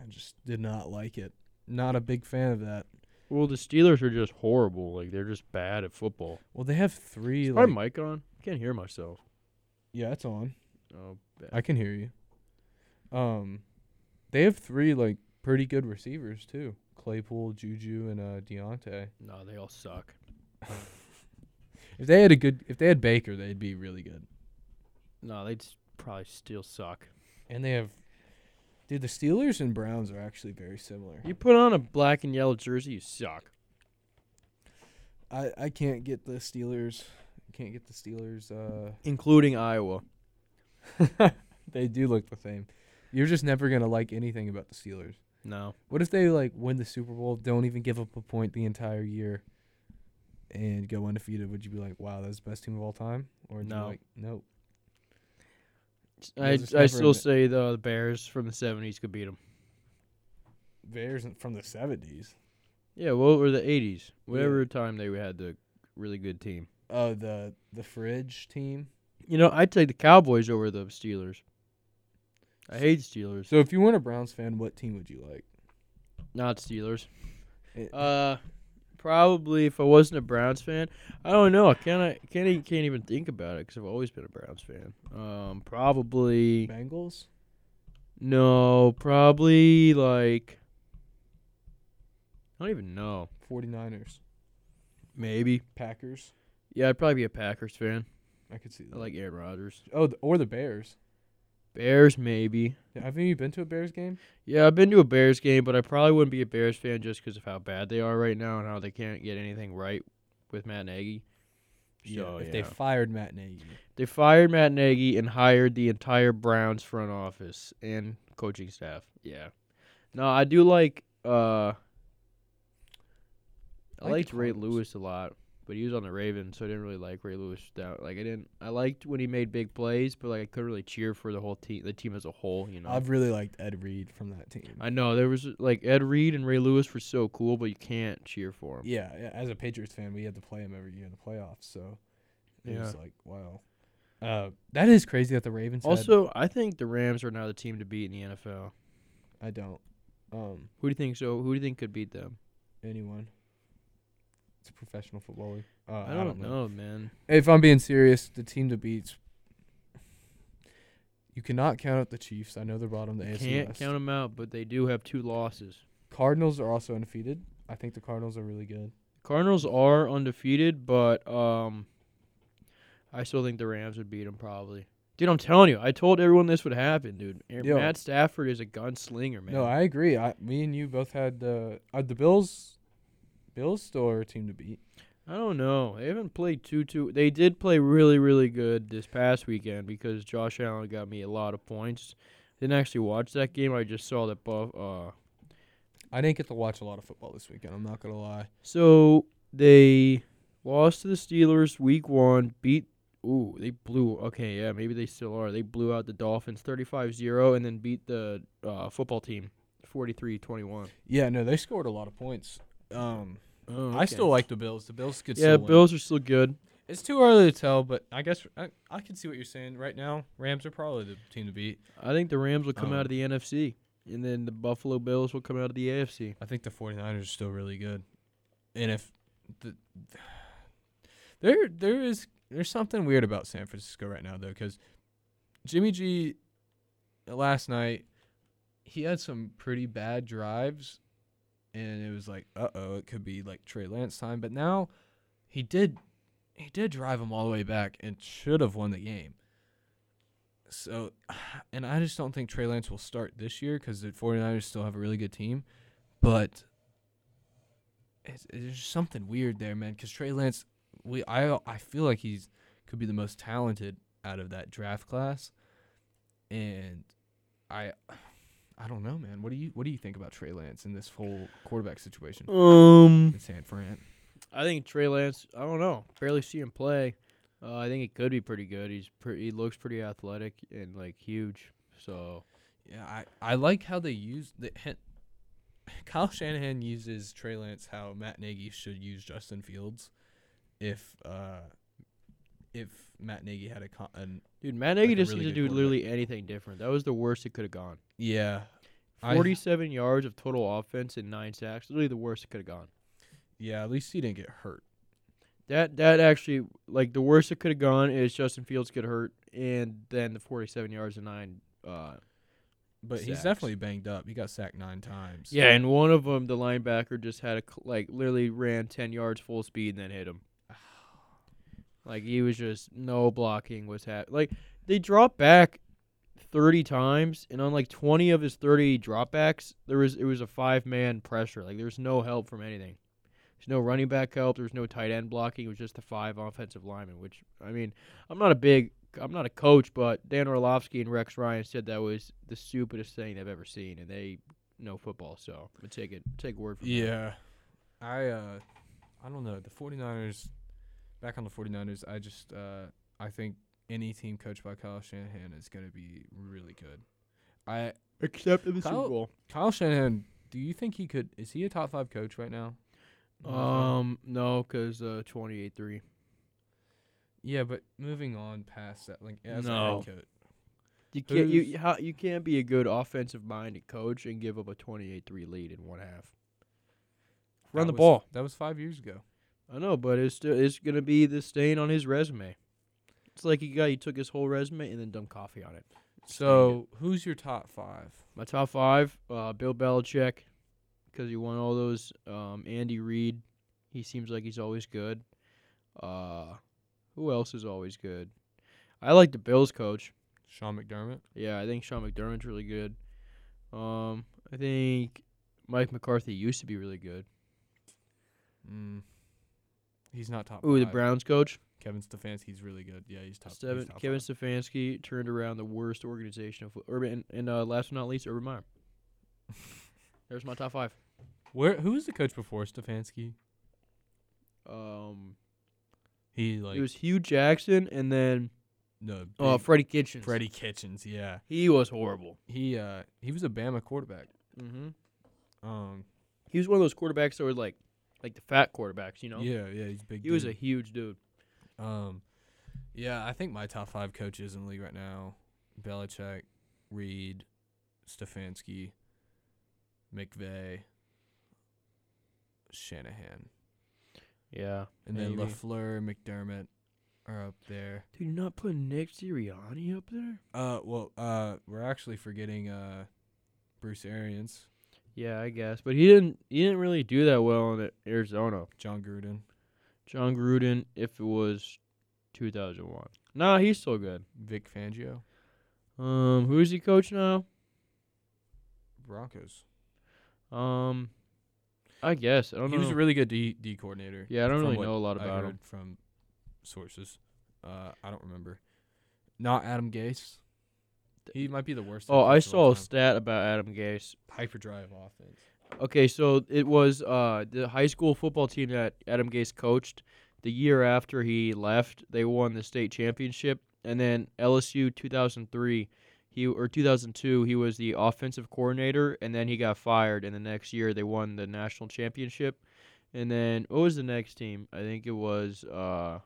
I just did not like it. Not a big fan of that. Well, the Steelers are just horrible. Like they're just bad at football. Well, they have three. Is my Like, mic on? I can't hear myself. yeah, it's on. Oh, bad. I can hear you. Um, they have three like pretty good receivers too: Claypool, Juju, and uh, Deontay. no, they all suck. If they had a good, if they had Baker, they'd be really good. No, they'd s- probably still suck. And they have, dude. The Steelers and Browns are actually very similar. You put on a black and yellow jersey, you suck. I I can't get the Steelers. Can't get the Steelers. Uh, Including Iowa. they do look the same. You're just never gonna like anything about the Steelers. No. What if they like win the Super Bowl, don't even give up a point the entire year, and go undefeated? Would you be like, wow, that's the best team of all time? Or would you be No. like, nope. I, just I never still admit- say the, the Bears from the 70s could beat them. Bears from the '70s. Yeah, well, or the 80s. Whatever time they had the really good team. Oh, the the fridge team. You know, I'd take the Cowboys over the Steelers. I hate Steelers. So if you weren't a Browns fan, what team would you like? Not Steelers. It- Uh, probably if I wasn't a Browns fan, I don't know. I can't. I can't. Even, can't even think about it because I've always been a Browns fan. Um, probably Bengals. no. Probably like. I don't even know. 49ers. Maybe. Packers. Yeah, I'd probably be a Packers fan. I could see that. I like Aaron Rodgers. oh, the, or the Bears. Bears, maybe. Yeah, haven't you been to a Bears game? Yeah, I've been to a Bears game, but I probably wouldn't be a Bears fan just because of how bad they are right now and how they can't get anything right with Matt Nagy. So, if they fired Matt Nagy. They fired Matt Nagy and hired the entire Browns front office and coaching staff. Yeah. No, I do like uh I I like liked the Ray Cardinals. Lewis a lot, but he was on the Ravens, so I didn't really like Ray Lewis that like I didn't I liked when he made big plays, but like I couldn't really cheer for the whole team the team as a whole, you know. I've really liked Ed Reed from that team. I know there was like Ed Reed and Ray Lewis were so cool, but you can't cheer for them. yeah, yeah, as a Patriots fan, we had to play him every year in the playoffs, so it was like, wow. Uh, that is crazy that the Ravens. had- Also, I think the Rams are now the team to beat in the NFL. I don't. Um, Who do you think so? Who do you think could beat them? anyone. It's a professional football league. Uh, I, I don't, know, man. If I'm being serious, the team to beat. You cannot count out the Chiefs. I know they're bottom of the You AFC Can't West. count them out, but they do have two losses. Cardinals are also undefeated. I think the Cardinals are really good. Cardinals are undefeated, but um, I still think the Rams would beat them probably. Dude, I'm telling you, I told everyone this would happen, dude. Aaron- Yo. Matt Stafford is a gunslinger, man. No, I agree. I, me and you both had uh, uh, the Bills. Bills still are a team to beat. I don't know. They haven't played two two. They did play really really good this past weekend because Josh Allen got me a lot of points. Didn't actually watch that game. I just saw that buff. Uh, I didn't get to watch a lot of football this weekend. I'm not gonna lie. So they lost to the Steelers week one, beat ooh, they blew okay, yeah, maybe they still are. They blew out the Dolphins 35-0 and then beat the uh, football team 43 21. Yeah, no, they scored a lot of points. Um, Oh, I still like the Bills. The Bills could. Yeah, still win. Bills are still good. It's too early to tell, but I guess I, I can see what you're saying. Right now, Rams are probably the team to beat. I think the Rams will come Um, out of the NFC, and then the Buffalo Bills will come out of the AFC. I think the 49ers are still really good. And if the there there is there's something weird about San Francisco right now though cuz Jimmy G uh, last night he had some pretty bad drives and it was like uh-oh it could be like Trey Lance time but now he did he did drive him all the way back and should have won the game. So and I just don't think Trey Lance will start this year cuz the 49ers still have a really good team but it's, it's just something weird there, man. Because Trey Lance, we I I feel like he's could be the most talented out of that draft class, and I I don't know, man. What do you what do you think about Trey Lance in this whole quarterback situation Um, in San Fran? I think Trey Lance. I don't know. Barely see him play. Uh, I think he could be pretty good. He's pretty. He looks pretty athletic and like huge. So Yeah, I I like how they use the. hit Kyle Shanahan uses Trey Lance how Matt Nagy should use Justin Fields, if uh, if Matt Nagy had a con- an, Dude, Matt Nagy Like a just really needs to good do literally anything different. That was the worst it could have gone. yeah 47 yards of total offense and nine sacks. Literally the worst it could have gone. Yeah, at least he didn't get hurt. That that actually like the worst it could have gone is Justin Fields get hurt and then the 47 yards and nine. Uh, But he's Sacks. definitely banged up. He got sacked nine times. yeah, and one of them the linebacker just had a cl- like literally ran 10 yards full speed and then hit him. Like he was just no blocking was happening. Like they dropped back 30 times, and on like 20 of his 30 dropbacks, there was it was a five man pressure. Like there's no help from anything. There's no running back help. There's no tight end blocking. It was just the five offensive linemen. Which I mean, I'm not a big, I'm not a coach, but Dan Orlovsky and Rex Ryan said that was the stupidest thing they've ever seen, and they know football, so I'm gonna take it, take word from them. Yeah. I uh I don't know. The 49ers back on the 49ers, I just uh I think any team coached by Kyle Shanahan is going to be really good. I Except in the Super Kyle- Bowl. Kyle Shanahan, do you think he could is he a top 5 coach right now? Um, no, because uh, 28-3. yeah, but moving on past that like as No. a head coach. You can't you Who's- you- how, you can't be a good offensive minded coach and give up a 28-3 lead in one half. Run That the was- ball. That was 5 years ago. I know, but it's still it's gonna be the stain on his resume. It's like he got he took his whole resume and then dumped coffee on it. So, who's your top 5? My top five: uh, Bill Belichick, because he won all those. Um, Andy Reid, he seems like he's always good. Uh, who else is always good? I like the Bills coach. Sean McDermott. Yeah, I think Sean McDermott's really good. Um, I think Mike McCarthy used to be really good. Mm. He's not top Ooh, the five. Browns coach Kevin Stefanski's really good. Yeah, he's top. he's Steven, top Kevin five. Stefanski turned around the worst organization of urban. And uh, last but not least, Urban Meyer. There's my top five. Where who was the coach before Stefanski? Um, He like it was Hugh Jackson and then no uh, big- Freddie Kitchens. Freddie Kitchens. Yeah, He was horrible. he uh he was a Bama quarterback. Mm-hmm. Um, He was one of those quarterbacks that were like, like the fat quarterbacks. You know, yeah, yeah, he's a big. he was a dude. huge dude. um, yeah, I think my top five coaches in the league right now: Belichick, Reed, Stefanski, McVay, Shanahan, Yeah. and then Maybe. Lafleur, McDermott are up there. Dude, you're not putting Nick Sirianni up there? Uh, well, uh, we're actually forgetting uh, Bruce Arians, Yeah, I guess, but he didn't. He didn't really do that well in Arizona. John Gruden, John Gruden, if it was 2001, nah, he's still good. Vic Fangio, Um, who is he coach now? Broncos. Um, I guess I don't He know. was a really good D, D coordinator. yeah, I don't from really what know a lot I about him. heard from sources. Uh, I don't remember. Not Adam Gase. He might be the worst. Oh, I coach of saw all a time. stat about Adam Gase. hyperdrive offense. Okay, so it was uh the high school football team that Adam Gase coached. The year after he left, they won the state championship, and then LSU 2003. he or 2002 he was the offensive coordinator and then he got fired and the next year they won the national championship and then what was the next team i think it was uh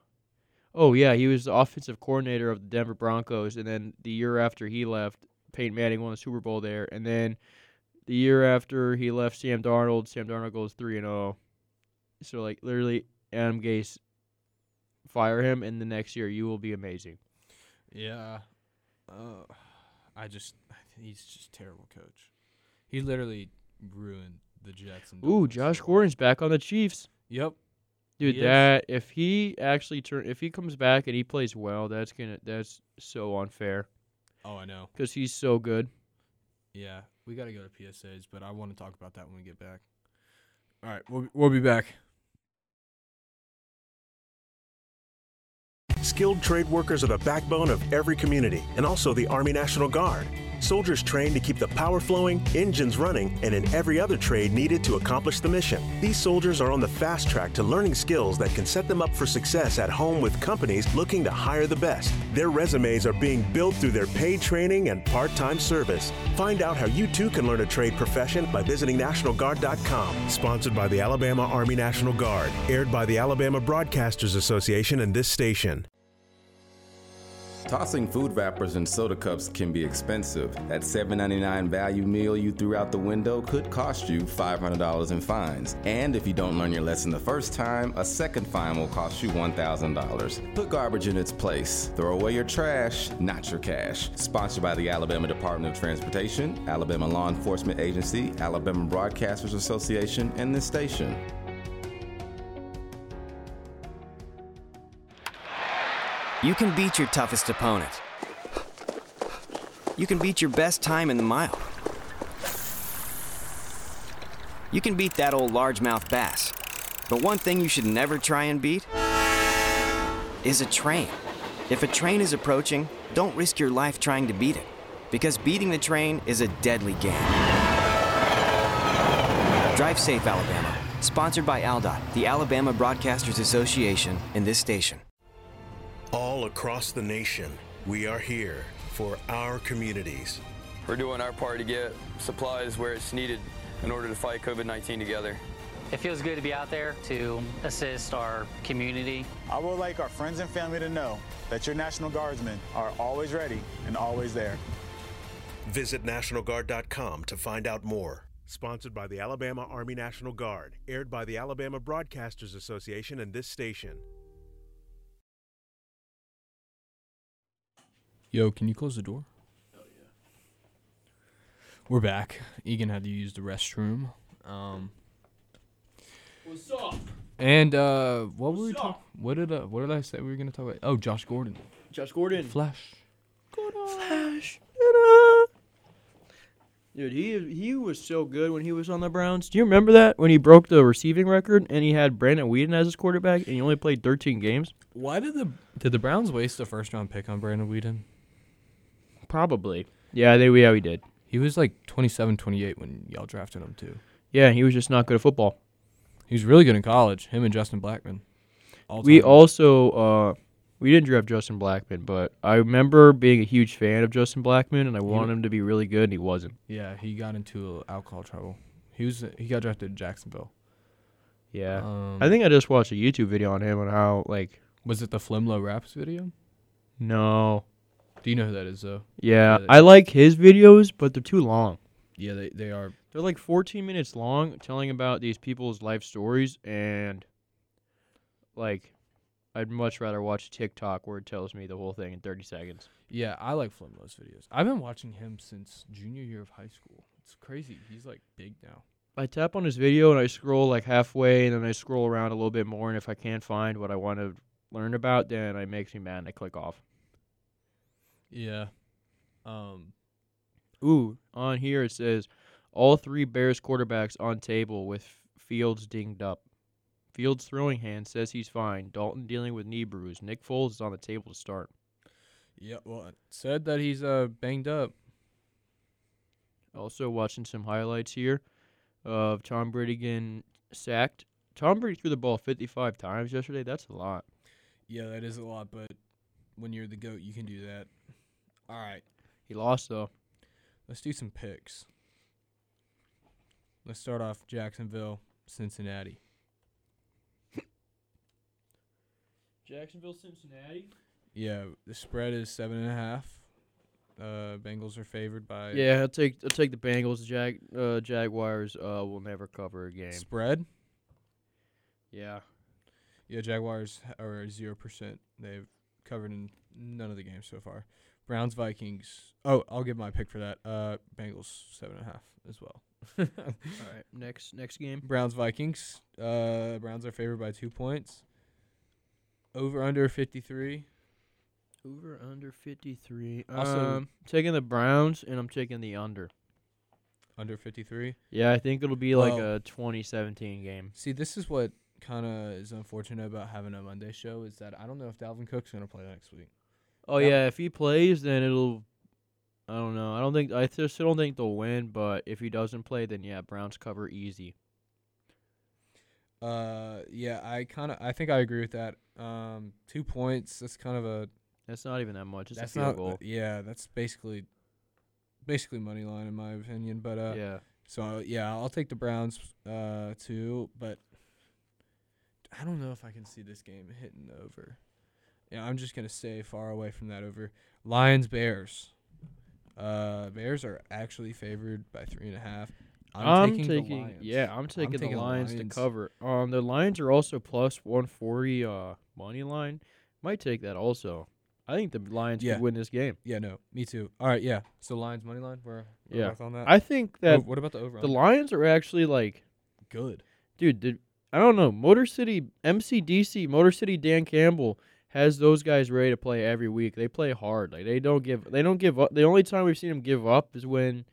oh yeah he was the offensive coordinator of the denver broncos and then the year after he left peyton manning won the super bowl there and then the year after he left sam darnold sam darnold goes 3 and 0 so like literally adam gase fire him and the next year you will be amazing Yeah. Uh, I just he's just a terrible coach. He literally ruined the Jets. And ooh Dolphins josh for- gordon's back on the chiefs Yep. Dude, He is. that if he actually turn if he comes back and he plays well, that's gonna that's so unfair Oh, I know. because he's so good. Yeah, we got to go to PSAs, but I want to talk about that when we get back. All right, we'll we'll be back. Skilled trade workers are the backbone of every community and also the Army National Guard. Soldiers trained to keep the power flowing, engines running, and in every other trade needed to accomplish the mission. These soldiers are on the fast track to learning skills that can set them up for success at home with companies looking to hire the best. Their resumes are being built through their paid training and part time service. Find out how you too can learn a trade profession by visiting NationalGuard.com. Sponsored by the Alabama Army National Guard, aired by the Alabama Broadcasters Association and this station. Tossing food wrappers and soda cups can be expensive. That $7.99 value meal you threw out the window could cost you $500 in fines. And if you don't learn your lesson the first time, a second fine will cost you $1,000. Put garbage in its place. Throw away your trash, not your cash. Sponsored by the Alabama Department of Transportation, Alabama Law Enforcement Agency, Alabama Broadcasters Association, and this station. You can beat your toughest opponent. You can beat your best time in the mile. You can beat that old largemouth bass. But one thing you should never try and beat is a train. If a train is approaching, don't risk your life trying to beat it. Because beating the train is a deadly game. Drive safe, Alabama. Sponsored by ALDOT, the Alabama Broadcasters Association, and this station. All across the nation, we are here for our communities. We're doing our part to get supplies where it's needed in order to fight COVID 19 together. It feels good to be out there to assist our community. I would like our friends and family to know that your National Guardsmen are always ready and always there. Visit NationalGuard.com to find out more. Sponsored by the Alabama Army National Guard, aired by the Alabama Broadcasters Association and this station. Yo, can you close the door? We're back. Egan had to use the restroom. Um, What's up, and uh, what were we What's talking? What did uh, what did I say we were gonna talk about? Oh, Josh Gordon, Josh Gordon? Flash. Flash. Ta-da. Dude, he he was so good when he was on the Browns. Do you remember that when he broke the receiving record and he had Brandon Whedon as his quarterback and he only played 13 games? Why did the did the Browns waste a first round pick on Brandon Whedon? Probably. Yeah, they yeah he did. He was like 27, 28 when y'all drafted him too. Yeah, he was just not good at football. He was really good in college. Him and Justin Blackman. All We time. also uh, we didn't draft Justin Blackman, but I remember being a huge fan of Justin Blackman, and I wanted him to be really good, and he wasn't. yeah. He got into alcohol trouble. He was he got drafted to Jacksonville. Yeah, Um, I think I just watched a YouTube video on him on how like Was it the Flimlo Raps video? no, Do you know who that is though? yeah, Yeah, I like his videos, but they're too long. Yeah, they they are. They're like 14 minutes long, telling about these people's life stories, and like, I'd much rather watch TikTok where it tells me the whole thing in 30 seconds. Yeah, I like Flimlo's videos. I've been watching him since junior year of high school. It's crazy. He's like big now. I tap on his video and I scroll like halfway, and then I scroll around a little bit more. And if I can't find what I want to learn about, then it makes me mad and I click off. Yeah. Um. Ooh, on here it says all three Bears quarterbacks on table with Fields dinged up. Fields throwing hand says he's fine. Dalton dealing with knee bruise. Nick Foles is on the table to start. Yeah. Well, it said that he's uh banged up. Also watching some highlights here of Tom Brady getting sacked. Tom Brady threw the ball 55 times yesterday. That's a lot. Yeah, that is a lot, but when you're the goat, you can do that. All right. He lost though. Let's do some picks. Let's start off Jacksonville, Cincinnati. Jacksonville, Cincinnati. Yeah, the spread is seven and a half. Uh, Bengals are favored by Yeah, I'll take I'll take the Bengals. The Jag uh, Jaguars uh, will never cover a game. spread. Yeah, Yeah, Jaguars h- are zero percent. They've covered in none of the games so far. Browns, Vikings. Oh, I'll give my pick for that. Uh, Bengals seven and a half as well. All right, next next game. Browns, Vikings. Uh, Browns are favored by two points. Over under fifty three. Over under fifty three. Also- um, taking the Browns and I'm taking the under. Under fifty three. Yeah, I think it'll be like Well- a 2017 game. See, this is what kind of is unfortunate about having a Monday show is that I don't know if Dalvin Cook's gonna play next week. Oh Yeah. yeah, if he plays, then it'll. I don't know. I don't think I th- still don't think they'll win, but if he doesn't play, then yeah, Browns cover easy. Uh, yeah, I kind of I think I agree with that. Um, two points. That's kind of a That's not even that much. It's that's a field not goal. yeah. That's basically basically money line in my opinion. But uh, yeah. so yeah, I'll take the Browns uh too. But I don't know if I can see this game hitting the over. Yeah, I'm just gonna stay far away from that over. Lions Bears. Uh, Bears are actually favored by three and a half. I'm, taking, the Lions. yeah, I'm taking, taking the the Lions, Lions. to cover. Um, the Lions are also plus 140 uh money line. Might take that also. I think the Lions Yeah. could win this game. Yeah, no, me too. All right, yeah. So Lions money line, we're, we're Yeah. both on that. I think that Wh- what about the over? the Lions are actually like, good. dude, did, I don't know. Motor City MCDC Motor City Dan Campbell has those guys ready to play every week. They play hard. Like they don't give they don't give up. The only time we've seen them give up is when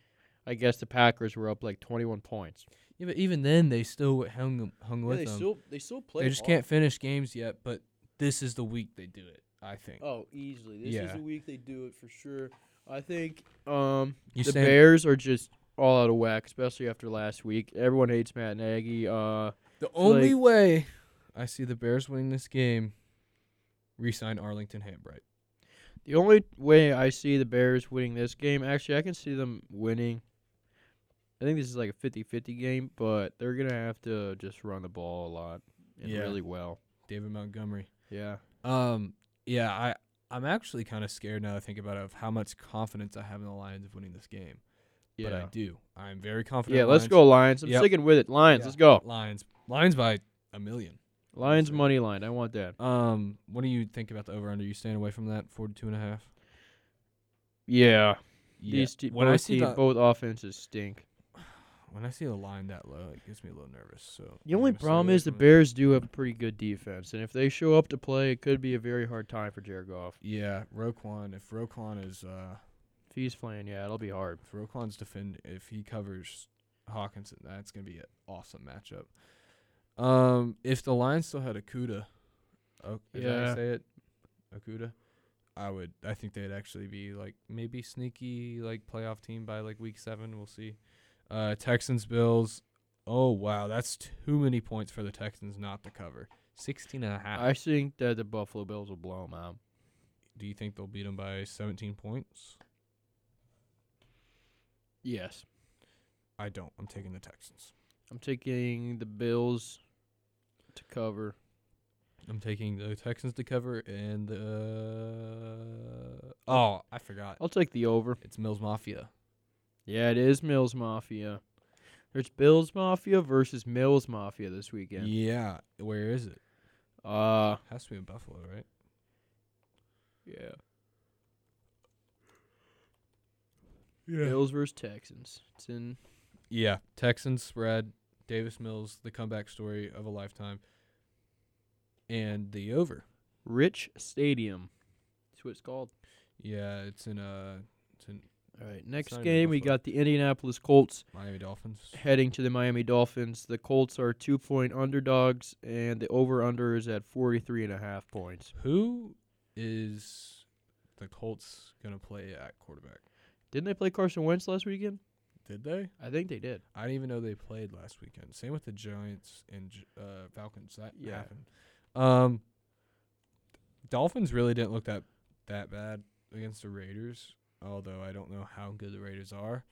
I guess the Packers were up like 21 points. Yeah, but even then they still hung hung with them. they still play. they just can't finish games yet. But this is the week they do it. I think. Oh, easily. This is Yeah. the week they do it for sure. I think um, You the stand- Bears are just all out of whack, especially after last week. Everyone hates Matt Nagy. Uh, the only like- way I see the Bears winning this game, resign Arlington Hambright. the only way I see the Bears winning this game, actually, I can see them winning. I think this is like a 50-50 game, but they're gonna have to just run the ball a lot and Yeah. really well. David Montgomery. Yeah. Um. Yeah. I. I'm actually kind of scared now. that I think about it of how much confidence I have in the Lions of winning this game. Yeah. But I do. I'm very confident. yeah. Let's Lions. go Lions. I'm Yep. sticking with it. Lions. Yeah. Let's go. Lions. Lions by a million. Lions Obviously. money line. I want that. Um, what do you think about the over under? You staying away from that forty two and a half? Yeah. Yeah. These te- when both I see te- the, both offenses stink. when I see a line that low, it gets me a little nervous. So The I'm only gonna stay problem away is the from it. Bears do have a pretty good defense, and if they show up to play, it could be a very hard time for Jared Goff. Yeah, Roquan. If Roquan is uh, If he's playing, yeah, it'll be hard. if Roquan's defend, if he covers Hawkinson, that's gonna be an awesome matchup. Um, if the Lions still had Akuda, oh, is that how Yeah. you say it? Akuda. I would. I think they'd actually be like maybe sneaky like playoff team by like week seven. We'll see. Uh, Texans Bills. Oh wow, that's too many points for the Texans not to cover. Sixteen and a half. I think that the Buffalo Bills will blow him out. Do you think they'll beat them by seventeen points? Yes, I don't. I'm taking the Texans. I'm taking the Bills to cover. I'm taking the Texans to cover and the. oh, I forgot. I'll take the over. It's Mills Mafia. Yeah, it is Mills Mafia. There's Bills Mafia versus Mills Mafia this Yeah. weekend. Where is it? Uh, Has to be in Buffalo, right? yeah. Bills versus Texans. It's in. Yeah. Texans spread. Davis Mills, the comeback story of a lifetime. And the over. Rich Stadium. That's what it's called. Yeah, it's in uh, it's in All right. Next not even game, we Buffalo. got the Indianapolis Colts Miami Dolphins. heading to the Miami Dolphins. The Colts are two point underdogs, and the over under is at forty three and a half points. Who is the Colts gonna play at quarterback? Didn't they play Carson Wentz last weekend? Did they? I think they did. I didn't even know they played last weekend. Same with the Giants and Gi- uh, Falcons. That Yeah. happened. Um, Dolphins really didn't look that that bad against the Raiders. although I don't know how good the Raiders are.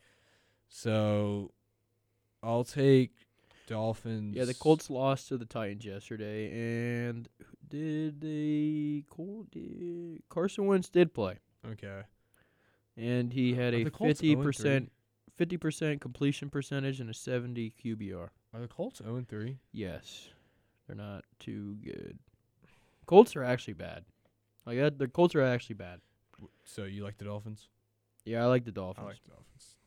So I'll take Dolphins. Yeah, the Colts lost to the Titans yesterday, and did the Colt did, Carson Wentz did play, Okay. and he had Are a the Colts fifty 0 and percent, fifty percent completion percentage and a seventy QBR. Are the Colts 0 and 3? Yes, they're not too good. Colts are actually bad. Like that, the Colts are actually bad. So you like the Dolphins? Yeah, I like the Dolphins. I like the Dolphins.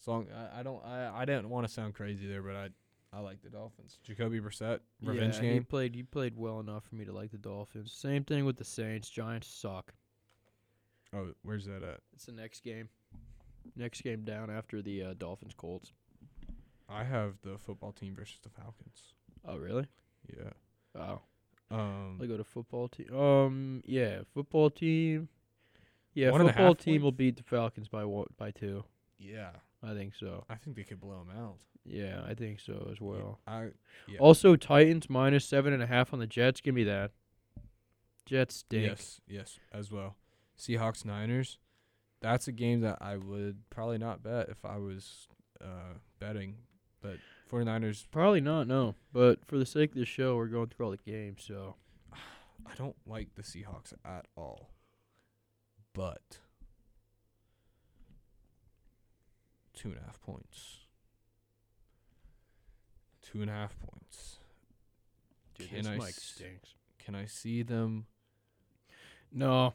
Song I, I don't I, I didn't want to sound crazy there, but I I like the Dolphins. Jacoby Brissett, revenge yeah, He game. played. He played well enough for me to like the Dolphins. Same thing with the Saints. Giants suck. Oh, where's that at? It's the next game. Next game down after the uh, Dolphins Colts. I have the football team versus the Falcons. Oh really? Yeah. Oh. Um I go to football team. Um. Yeah, football team. Yeah, One and a football half team points? will beat the Falcons by one, by two. yeah. I think so. I think they could blow them out. Yeah, I think so as well. I yeah. Also, Titans minus seven and a half on the Jets. Give me that. Jets stink. Yes, yes, as well. Seahawks Niners. That's a game that I would probably not bet if I was uh, betting. But 49ers, Probably not. No, but for the sake of the show, we're going through all the games. So I don't like the Seahawks at all. But two and a half points. Two and a half points. dude, Can this I mic s- stinks. Can I see them? No,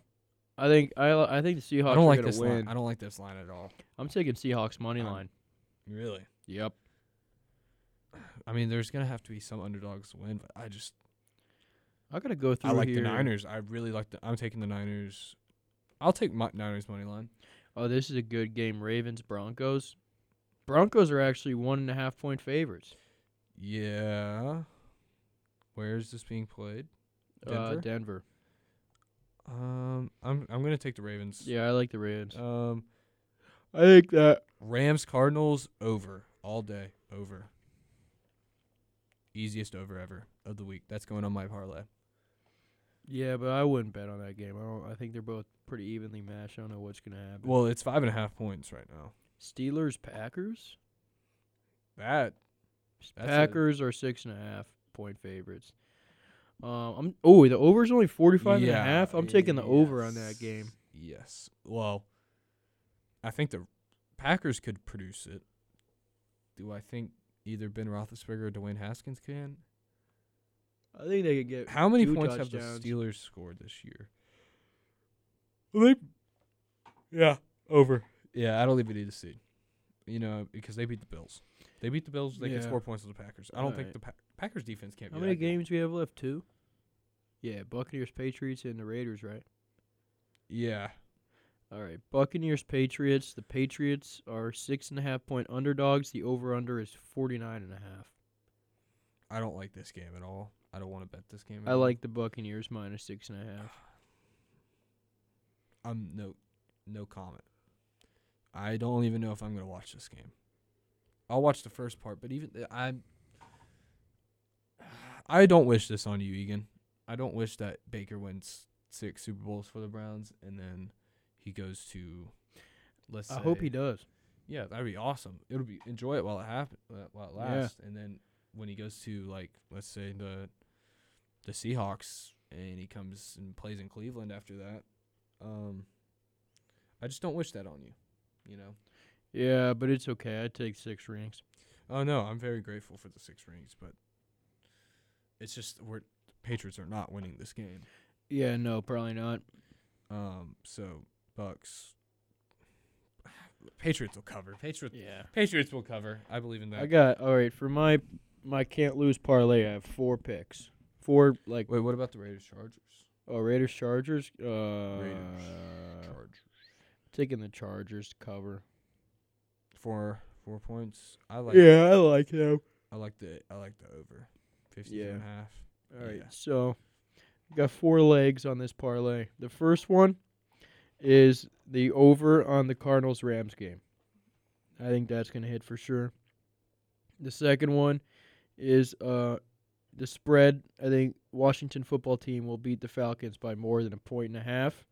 I think I I think the Seahawks I don't are like gonna this win. line. I don't like this line at all. I'm taking Seahawks money I'm- line. Really? Yep. I mean, there's gonna have to be some underdogs to win, but I just I gotta go through I like here. the Niners. I really like the. I'm taking the Niners. I'll take my Niners money line. Oh, this is a good game. Ravens Broncos. Broncos are actually one and a half point favorites. Yeah. Where is this being played? Uh, Denver? Denver. Um, I'm I'm gonna take the Ravens. Yeah, I like the Ravens. Um, I think that. Rams Cardinals over all day over. Easiest over ever of the week. That's going on my parlay. Yeah, but I wouldn't bet on that game. I don't. I think they're both pretty evenly matched. I don't know what's gonna happen. Well, it's five and a half points right now. Steelers Packers. That That's a- Packers are six and a half point favorites. Um, I'm oh the over's only 45 and a Yeah, half. I'm taking the over on that yes, game. Yes. Well, I think the Packers could produce it. Do I think either Ben Roethlisberger or Dwayne Haskins can? I think they could get How many two points have touchdowns. the Steelers scored this year? Well, they, yeah, over. Yeah, I don't even need to see. You know, because they beat the Bills. They beat the Bills. They can Yeah. score points with the Packers. I don't think Right. the pa- Packers defense can't. How be many that good. games do we have left? Two. Yeah, Buccaneers, Patriots, and the Raiders. Right. Yeah. All right, Buccaneers, Patriots. The Patriots are six and a half point underdogs. The over under is forty nine and a half. I don't like this game at all. I don't want to bet this game. At I all. like the Buccaneers minus six and a half. I'm um, no no comment. I don't even know if I'm gonna watch this game. I'll watch the first part, but even th- I'm I don't wish this on you, Egan. I don't wish that Baker wins six Super Bowls for the Browns and then he goes to let's I hope say- he does. Yeah, that'd be awesome. It'll be enjoy it while it happen uh, while it Yeah. lasts and then when he goes to like let's say the the Seahawks and he comes and plays in Cleveland after that. Um I just don't wish that on you, you know. Yeah, but it's okay. I take six rings. Oh no, I'm very grateful for the six rings, but it's just we're Patriots are not winning this game. Yeah, no, probably not. Um, so Bucks, Patriots will cover. Patriots, Yeah. Patriots will cover. I believe in that. I got all right for my my can't lose parlay. I have four picks. Four like Wait, what about the Raiders Chargers? oh Raiders Chargers. Uh, Chargers taking the Chargers to cover. four four points. I like. yeah, I like them. I like the I like the over, fifty Yeah. and a half. All right, Yeah. so got four legs on this parlay. The first one is the over on the Cardinals Rams game. I think that's gonna hit for sure. The second one is uh the spread. I think Washington football team will beat the Falcons by more than a point and a half.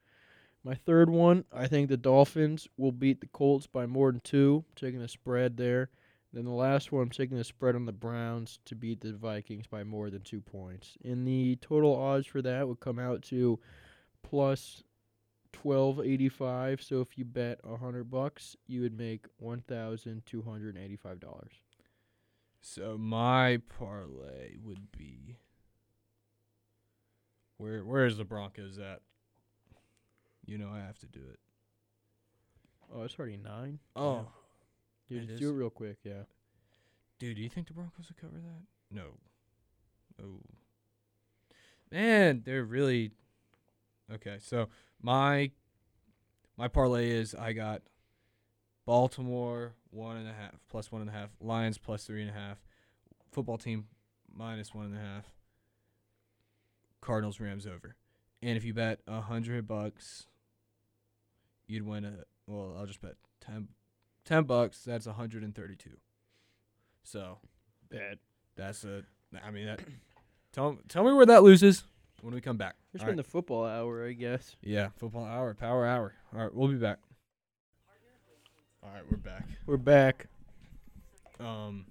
My third one, I think the Dolphins will beat the Colts by more than two, taking the spread there. Then the last one, I'm taking the spread on the Browns to beat the Vikings by more than two points. And the total odds for that would come out to plus 1285. So if you bet a 100 bucks, you would make $1,285. So my parlay would be where where is the Broncos at? You know I have to do it. Oh, it's already nine. Oh. Dude, It just is. do it real quick, yeah. Dude, do you think the Broncos will cover that? No. No. Man, they're really Okay, so my my parlay is I got Baltimore one and a half plus one and a half, Lions plus three and a half, football team minus one and a half, Cardinals Rams over. And if you bet a hundred bucks, you'd win a well, I'll just bet 10, 10 bucks, that's hundred and thirty two. So Bad. that's a. I mean that. Tell tell me where that loses when we come back. It's All been right. the football hour, I guess. yeah, football hour, power hour. All right, we'll be back. All right, we're back. We're back. Um,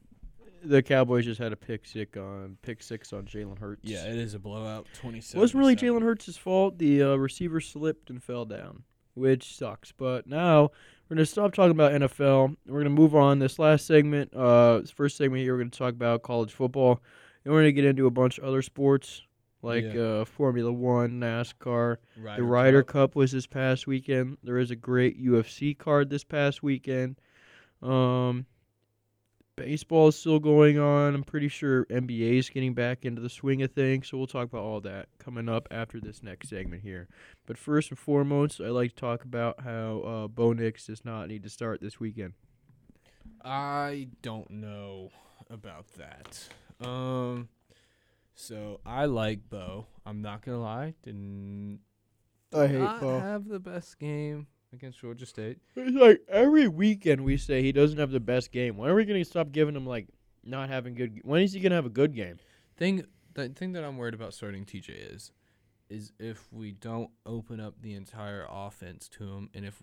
The Cowboys just had a pick six on pick six on Jalen Hurts. yeah, it is a blowout. Twenty It seven. wasn't really Jalen Hurts' fault. The uh, receiver slipped and fell down, which sucks. But now we're going to stop talking about NFL. We're going to move on. This last segment, uh, this first segment here, we're going to talk about college football. And we're going to get into a bunch of other sports like Yeah. uh, Formula One, NASCAR. Ryder The Ryder Cup. Cup was this past weekend. There is a great UFC card this past weekend. Um, baseball is still going on. I'm pretty sure NBA is getting back into the swing of things. So we'll talk about all that coming up after this next segment here. But first and foremost, I'd like to talk about how uh, Bo Nix does not need to start this weekend. I don't know about that. Um, so I like Bo. I'm not gonna lie. Didn't I not have the best game against Georgia State. Uh, It's like every weekend we say he doesn't have the best game. When are we going to stop giving him like not having good? When is he going to have a good game? thing the thing that I'm worried about starting TJ is is if we don't open up the entire offense to him and if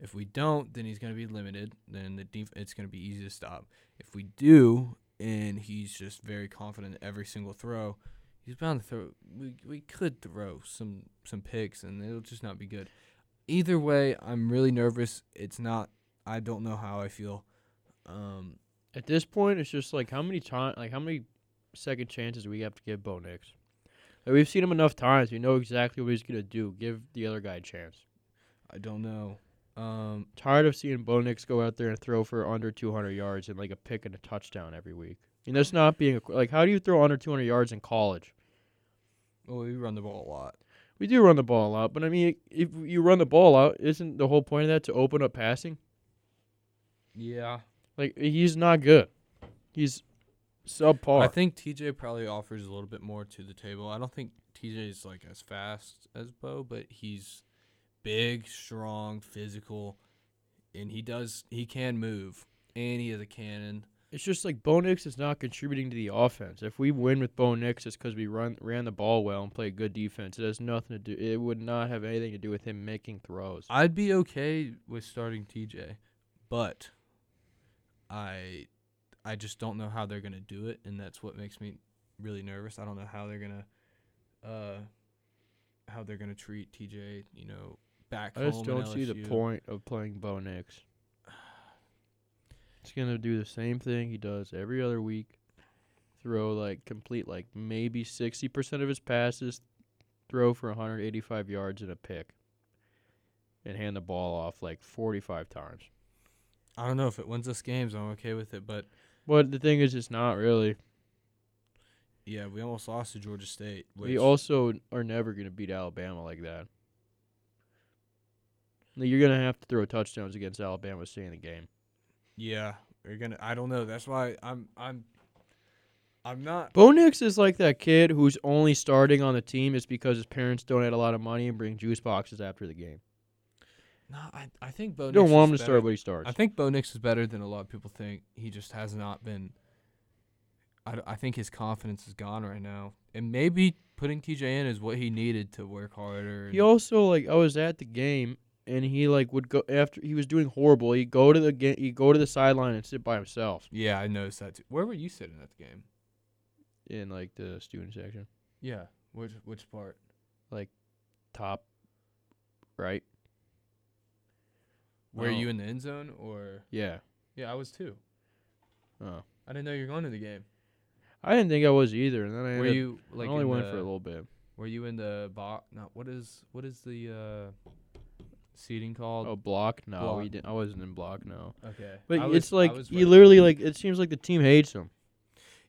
if we don't then he's going to be limited then the def- it's going to be easy to stop if we do and he's just very confident in every single throw he's bound to throw we, we could throw some some picks and it'll just not be good either way I'm really nervous it's not I don't know how I feel um At this point, it's just like how many time, like how many second chances do we have to give Bo Nix? Like we've seen him enough times. We know exactly what he's gonna do. Give the other guy a chance. I don't know um Tired of seeing Bo Nix go out there and throw for under 200 yards and like a pick and a touchdown every week. And that's not being a, like how do you throw under 200 yards in college? well we run the ball a lot We do run the ball out, but I mean, if you run the ball out, isn't the whole point of that to open up passing? yeah Like he's not good. He's subpar. I think TJ probably offers a little bit more to the table. I don't think TJ is like as fast as Bo, but he's big, strong, physical, and he does he can move, and he has a cannon. It's just like Bo Nix is not contributing to the offense. If we win with Bo Nix, it's because we run ran the ball well and played good defense. It has nothing to do. It would not have anything to do with him making throws. I'd be okay with starting TJ, but I I just don't know how they're gonna do it, and that's what makes me really nervous. I don't know how they're gonna uh how they're gonna treat TJ. You know, back I just home don't in see the LSU. point of playing Bo Nix. He's gonna do the same thing he does every other week. Throw like complete like maybe sixty percent of his passes, throw for 185 yards and a pick, and hand the ball off like 45 times. I don't know if it wins us games. I'm okay with it, but But the thing is, it's not really. yeah, we almost lost to Georgia State. Which, We also are never going to beat Alabama like that. Like, You're going to have to throw touchdowns against Alabama to stay in the game. yeah, we're gonna. I don't know. That's why I'm I'm I'm not. Bo Nix is like that kid who's only starting on the team is because his parents donate a lot of money and bring juice boxes after the game. No, I I think Bo. You don't Nix want is him to better. start, but he starts. I think Bo Nix is better than a lot of people think. He just has not been. I, d- I think his confidence is gone right now, and maybe putting TJ in is what he needed to work harder. He and- also like I was at the game and he like would go after he was doing horrible. He'd go to the ga- he'd go to the sideline and sit by himself yeah, I noticed that too. Where were you sitting at the game? in like the student section, Yeah, which which part? top right. Were Oh. you in the end zone or? Yeah. Yeah, I was too. Oh. I didn't know you were going to the game. I didn't think I was either, and then I, Were ended- you I like only in went the, for a little bit. Were you in the box? No, what is what is the uh, seating called? Oh, block? No, we block. didn't. I wasn't in block. No, okay. Oh. but I it's was- I like was you right. literally like it seems like the team hates him.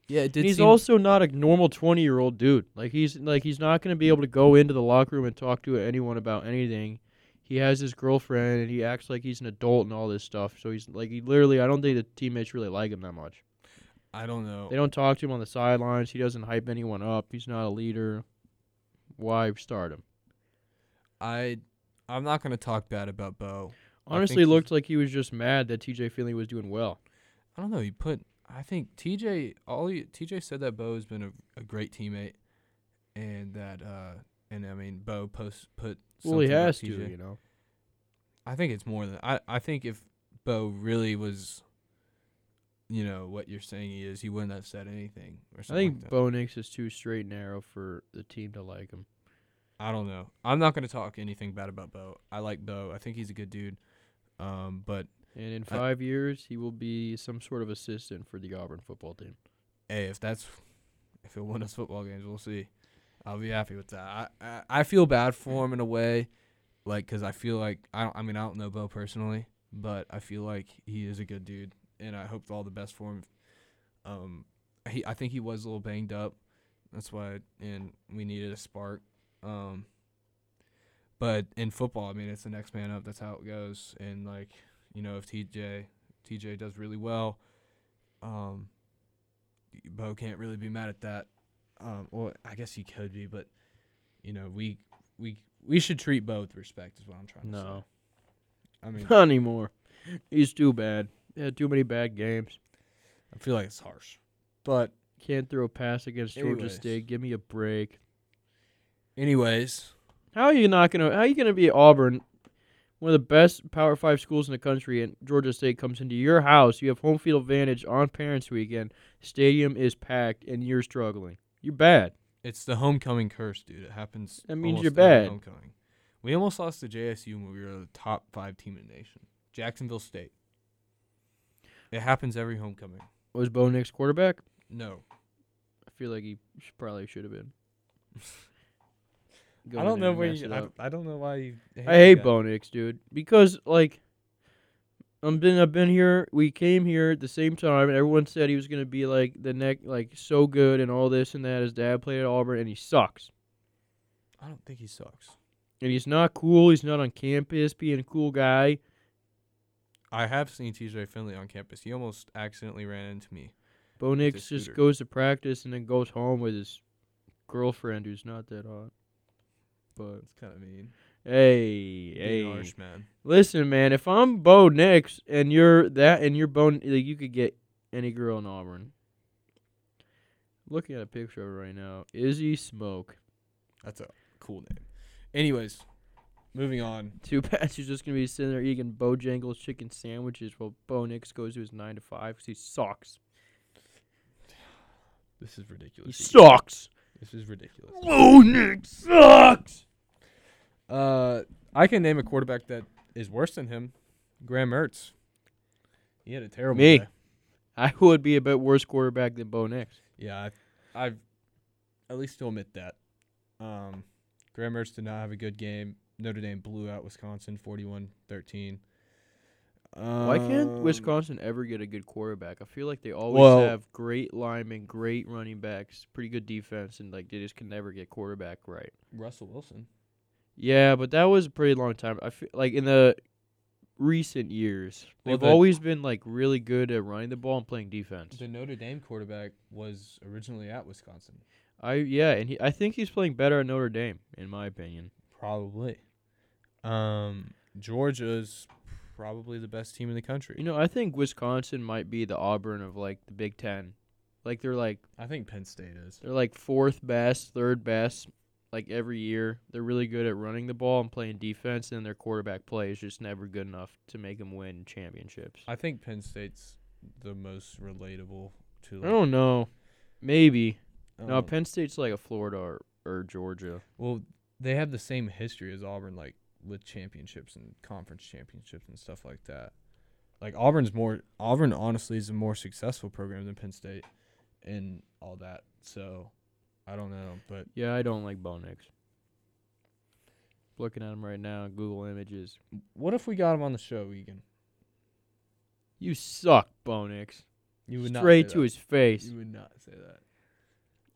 Yeah, it And did. he's seem- also not a normal twenty year old dude. Like he's like he's not gonna be able to go into the locker room and talk to anyone about anything. He has his girlfriend and he acts like he's an adult and all this stuff. So he's like he literally I don't think the teammates really like him that much. I don't know. They don't talk to him on the sidelines. He doesn't hype anyone up. He's not a leader. Why start him? I I'm not gonna talk bad about Bo. I think Honestly, he's- looked like he was just mad that TJ Finley was doing well. I don't know. He put. I think TJ. All he, TJ said that Bo has been a, a great teammate, and that uh, and I mean Bo post put. Well, he something about has to, TJ. you know. I think it's more than I. I think if Bo really was, you know, what you're saying he is, he wouldn't have said anything or I something. think like that. Bo Nix is too straight and narrow for the team to like him. I don't know. I'm not gonna talk anything bad about Bo. I like Bo. I think he's a good dude. Um, but And in five years, he will be some sort of assistant for the Auburn football team. hey, if that's if it won us football games, we'll see. I'll be happy with that. I I, I feel bad for him in a way, like because I feel like I don't. I mean, I don't know Bo personally, but I feel like he is a good dude, and I hope all the best for him. Um, he I think he was a little banged up. That's why, and we needed a spark. Um, but in football, I mean, it's the next man up. That's how it goes. And like, you know, if TJ TJ does really well, um, Bo can't really be mad at that. Um, well, I guess he could be, but you know, we we we should treat Bo with respect is what I'm trying to No, say. I mean, not anymore. He's too bad. Had too many bad games. I feel like it's harsh, but Can't throw a pass against Georgia Anyways. State. Give me a break. anyways, How are you not gonna? How are you gonna be at Auburn, one of the best Power Five schools in the country, and Georgia State comes into your house? You have home field advantage on Parents Weekend. Stadium is packed, and you're struggling. You're bad. it's the homecoming curse, dude. It happens. That means almost you're every bad. Homecoming. We almost lost to JSU when we were the top five team in the nation. Jacksonville State. It happens every homecoming. Was Bo Nix quarterback? No, I feel like he sh- probably should have been. Go I in there don't know and where mess you. it I, up. I don't know why you. I hate that. Bo Nix, dude, because like I'm been I've been here. We came here at the same time, and everyone said he was gonna be like the neck, like so good and all this and that. His dad played at Auburn, and he sucks. I don't think he sucks. And he's not cool. He's not on campus being a cool guy. I have seen TJ Finley on campus. He almost accidentally ran into me. Bo Nix just scooter. goes to practice and then goes home with his girlfriend, who's not that hot. But That's kind of mean. hey, hey, Being harsh, man. Listen, man, if I'm Bo Nix and you're that and you're Bo, like, you could get any girl in Auburn. Looking at a picture of her right now, Izzy Smoke. That's a cool name. Anyways, moving on. Too bad she's just gonna be sitting there eating Bojangles chicken sandwiches while Bo Nix goes to his nine to five because he sucks. This is ridiculous. He sucks. This is ridiculous. Bo Nix Oh, sucks. Uh, I can name a quarterback that is worse than him. Graham Mertz. He had a terrible Me. day. I would be a bit worse quarterback than Bo Nix. Yeah, I, I've at least to admit that. Um, Graham Mertz did not have a good game. Notre Dame blew out Wisconsin 41-13. Why can't Um, Wisconsin ever get a good quarterback? I feel like they always Well- have great linemen, great running backs, pretty good defense, and like they just can never get quarterback right. Russell Wilson? Yeah, but that was a pretty long time. I feel like in the recent years, Well, they've the- always been like really good at running the ball and playing defense. The Notre Dame quarterback was originally at Wisconsin. I yeah, and he, I think he's playing better at Notre Dame, in my opinion. Probably. Um, Georgia's probably the best team in the country. You know, I think Wisconsin might be the Auburn of like the Big Ten. Like they're like I think Penn State is. they're like fourth best, third best, like every year. They're really good at running the ball and playing defense, and their quarterback play is just never good enough to make them win championships. I think Penn State's the most relatable to. I don't know. Maybe. I No, don't- Penn State's like a Florida or, or Georgia. Well, they have the same history as Auburn, like with championships and conference championships and stuff like that. Like Auburn's more Auburn honestly is a more successful program than Penn State and all that. So I don't know, but Yeah, I don't like Bo Nix. Looking at him right now, Google Images. what if we got him on the show, Egan? You suck, Bo Nix. You Straight to his face. You would not say that.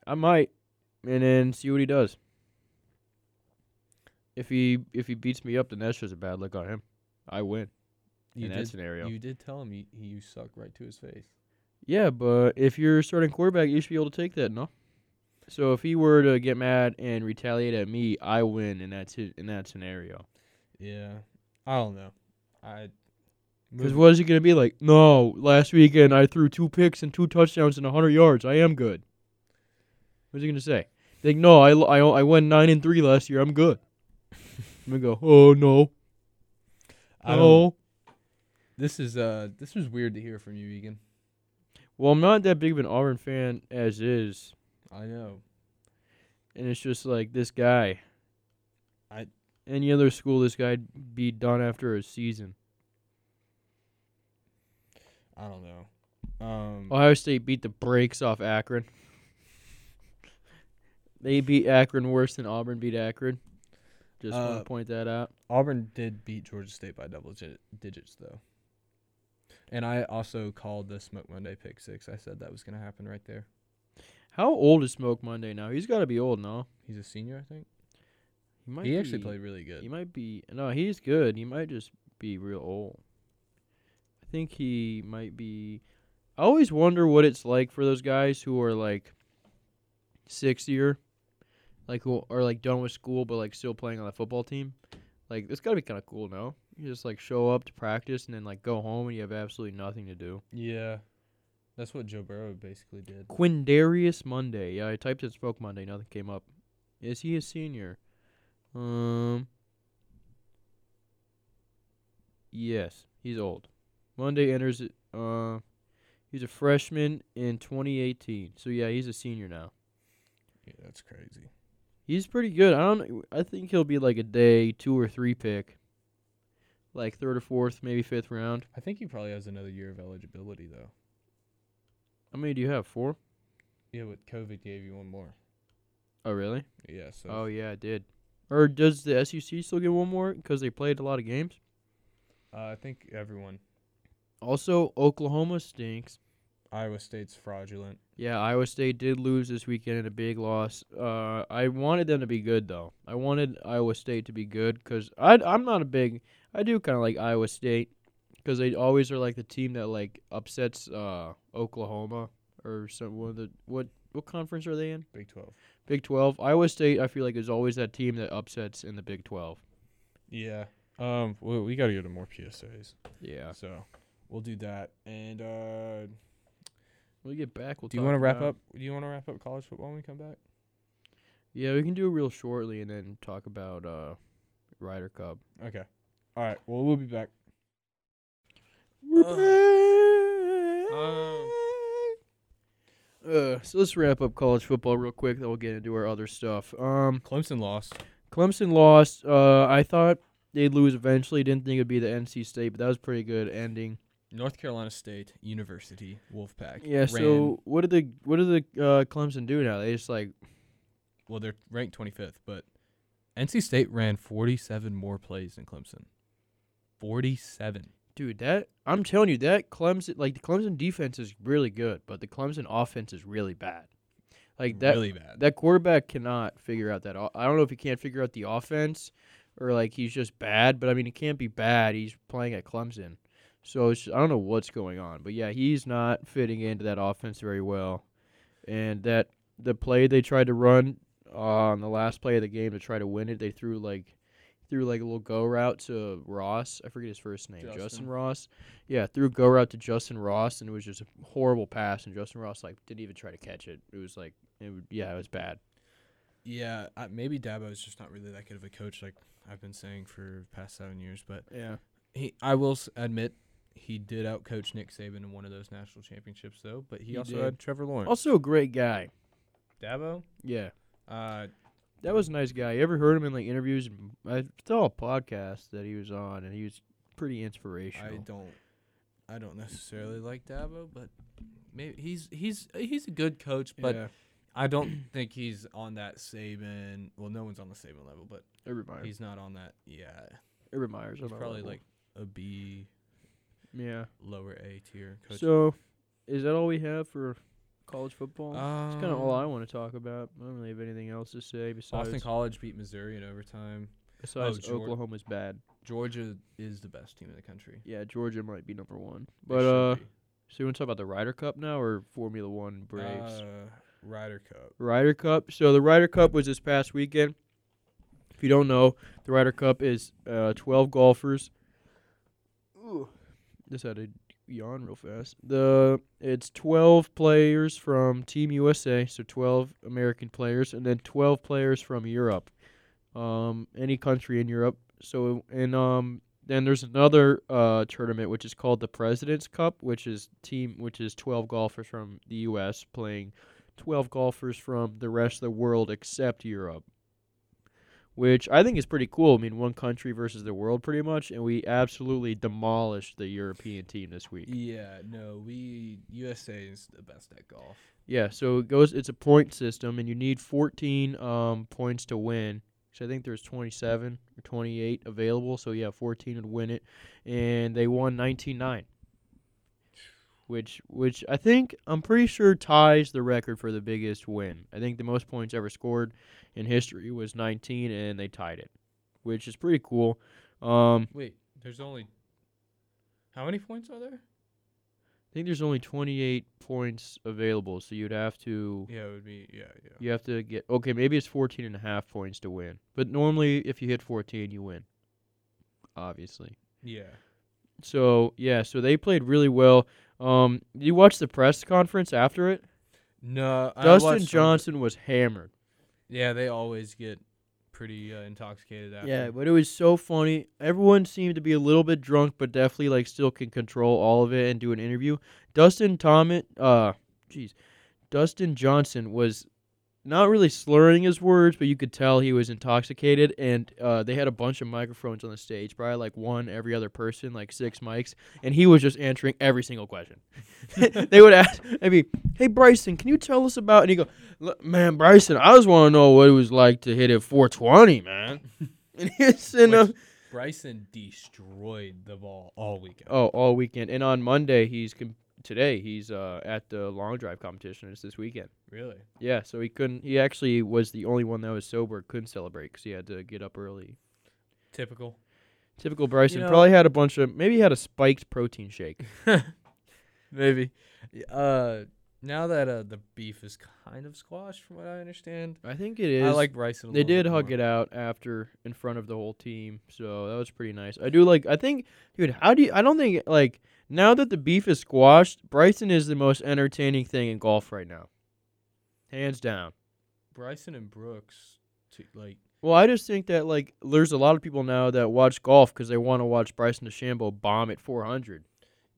I might, and then see what he does. If he if he beats me up, then that's just a bad look on him. I win. You In that did, scenario. you did tell him you, you suck right to his face. Yeah, but if you're starting quarterback, you should be able to take that, no? So if he were to get mad and retaliate at me, I win, and that's it in that scenario. Yeah, I don't know. I Because Move- what is he gonna be like? No, last weekend I threw two picks and two touchdowns and hundred yards. I am good. What's he gonna say? Like, no, I, l- I o- I went nine and three last year. I'm good. I'm gonna go. Oh no, I don't. no. This is uh this was weird to hear from you, Egan. Well, I'm not that big of an Auburn fan as is, I know. and it's just like this guy. I- any other school, this guy'd be done after a season. I don't know. Um, Ohio State beat the brakes off Akron. they beat Akron worse than Auburn beat Akron. Just want Uh, to point that out. Auburn did beat Georgia State by double digit, digits though. And I also called the Smoke Monday pick six. I said that was going to happen right there. How old is Smoke Monday now? He's got to be old, no? He's a senior, I think. He might he actually be- played really good. He might be. No, he's good. He might just be real old. I think he might be. I always wonder what it's like for those guys who are like sixth year, like who are like done with school but like still playing on the football team. Like it's gotta be kind of cool, no? You just like show up to practice and then like go home and you have absolutely nothing to do. yeah, that's what Joe Burrow basically did. Quindarius Monday. Yeah, I typed in Smoke Monday. Nothing came up. Is he a senior? Um. Yes, he's old. Monday enters. it- Uh, he's a freshman in 2018. So yeah, he's a senior now. Yeah, that's crazy. He's pretty good. I don't. I think he'll be like a day two or three pick. Like third or fourth, maybe fifth round. I think he probably has another year of eligibility though. How many do you have? Four. Yeah, but COVID gave you one more. Oh really? Yeah, so Oh yeah, it did. Or does the SEC still get one more because they played a lot of games? uh, I think everyone Also, Oklahoma stinks. Iowa State's fraudulent. Yeah, Iowa State did lose this weekend in a big loss. Uh, I wanted them to be good though. I wanted Iowa State to be good because I I'm not a big I do kind of like Iowa State because they always are like the team that like upsets uh, Oklahoma or some one of the what what conference are they in? Big Twelve. Big Twelve. Iowa State I feel like is always that team that upsets in the Big Twelve. Yeah. Um. Well, we got to go to more PSAs. Yeah. So we'll do that. And uh, When we get back, we'll. do you want to wrap up? Do you want to wrap up college football when we come back? Yeah, we can do it real shortly and then talk about uh, Ryder Cup. Okay. All right. Well, we'll be back. Uh, so let's wrap up college football real quick. Then we'll get into our other stuff. Um, Clemson lost. Clemson lost. Uh, I thought they'd lose eventually. Didn't think it'd be the NC State, but that was a pretty good ending. North Carolina State University Wolfpack. Yeah. So what did the what did the uh, Clemson do now? They just like well, they're ranked 25th, but NC State ran 47 more plays than Clemson. 47. Dude, that I'm telling you, that Clemson like the Clemson defense is really good, but the Clemson offense is really bad. Like that Really bad. That quarterback cannot figure out that. o- I don't know if he can't figure out the offense or like he's just bad, but I mean he can't be bad. He's playing at Clemson. So it's I don't know what's going on, but yeah, he's not fitting into that offense very well. And that the play they tried to run uh, on the last play of the game to try to win it, they threw like through like a little go route to Ross. I forget his first name. Justin, Justin. Ross. Yeah, threw a go route to Justin Ross, and it was just a horrible pass. And Justin Ross like didn't even try to catch it. It was like, it would, yeah, it was bad. Yeah, I, maybe Dabo is just not really that good of a coach, like I've been saying for past seven years. But Yeah. he, I will s- admit, he did outcoach Nick Saban in one of those national championships, though. But he, He also did. had Trevor Lawrence. Also a great guy. Dabo, Yeah, uh, that was a nice guy. You ever heard him in like interviews? I saw a podcast that he was on, and he was pretty I inspirational. don't, I don't necessarily like Dabo, but maybe he's he's he's a good coach, but Yeah. I don't think he's on that Saban. Well, no one's on the Saban level, but Urban Meyer. he's not on that. Yeah, Urban Meyer's he's on that probably level. like a B, yeah. lower A tier coach. So, is that all we have for college football? um, That's kind of all I want to talk about. I don't really have anything else to say Boston besides College beat Missouri in overtime. besides uh, oh, Geor- Oklahoma's bad. Georgia is the best team in the country. Yeah, Georgia might be number one. They But should uh, be. so you want to talk about the Ryder Cup now or Formula One Braves? Uh, Ryder Cup. Ryder Cup. So the Ryder Cup was this past weekend. If you don't know, the Ryder Cup is uh, 12 golfers. Ooh. Just had to yawn real fast. The it's 12 players from Team USA, so 12 American players, and then 12 players from Europe, um, any country in Europe. So and um, then there's another uh, tournament which is called the President's Cup, which is team which is 12 golfers from the U.S. playing 12 golfers from the rest of the world except Europe, which I think is pretty cool. I mean, one country versus the world pretty much, and we absolutely demolished the European team this week. Yeah, no, we USA is the best at golf. Yeah, so it goes it's a point system and you need 14 um points to win. So I think there's 27 or 28 available, so yeah, 14 would win it and they won 19-9. Which which I think I'm pretty sure ties the record for the biggest win. I think the most points ever scored in history was 19 and they tied it, which is pretty cool. Um Wait, there's only how many points are there? I think there's only 28 points available, so you'd have to Yeah, it would be yeah, yeah. You have to get okay, maybe it's 14 and a half points to win. But normally if you hit 14, you win. Obviously. Yeah. So, yeah, so they played really well. Um you watched the press conference after it? No, I watched Dustin some- Johnson was hammered. Yeah, they always get pretty uh, intoxicated after. Yeah, but it was so funny. Everyone seemed to be a little bit drunk but definitely like still can control all of it and do an interview. Dustin Thomas uh jeez. Dustin Johnson was not really slurring his words, but you could tell he was intoxicated. And uh, they had a bunch of microphones on the stage, probably like one every other person, like six mics, and he was just answering every single question. they would ask, I'd be, "Hey Bryson, can you tell us about?" And he go, "Look, "Man, Bryson, I just want to know what it was like to hit it 420, man." and he's in a, Which Bryson destroyed the ball all weekend. oh all weekend, and on Monday he's com- today he's uh, at the long drive competition. It's this weekend. Really? Yeah, so he couldn't. He actually was the only one that was sober, couldn't celebrate because he had to get up early. Typical. Typical Bryson. know- probably had a bunch of. Maybe he had a spiked protein shake. Maybe. Uh, now that uh, the beef is kind of squashed, from what I understand, I think it is. I like Bryson. A They did hug it out after in front of the whole team, so that was pretty nice. I do like. I think, dude, how do you? I don't think like now that the beef is squashed, Bryson is the most entertaining thing in golf right now, hands down. Bryson and Brooks, to, like Well, I just think that like there's a lot of people now that watch golf because they want to watch Bryson DeChambeau bomb at 400.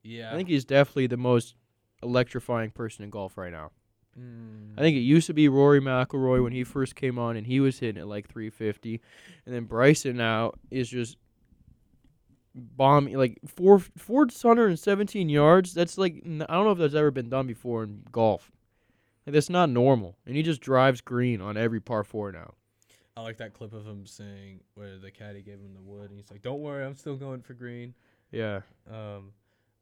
yeah. I think he's definitely the most electrifying person in golf right now. Mm, I think it used to be Rory McIlroy when he first came on, and he was hitting at like 350, and then Bryson now is just bombing like four 417 yards. That's like n- I don't know if that's ever been done before in golf. Like that's not normal, and he just drives green on every par four now. I like that clip of him saying where the caddy gave him the wood, and he's like, "Don't worry, I'm still going for green." Yeah, Um,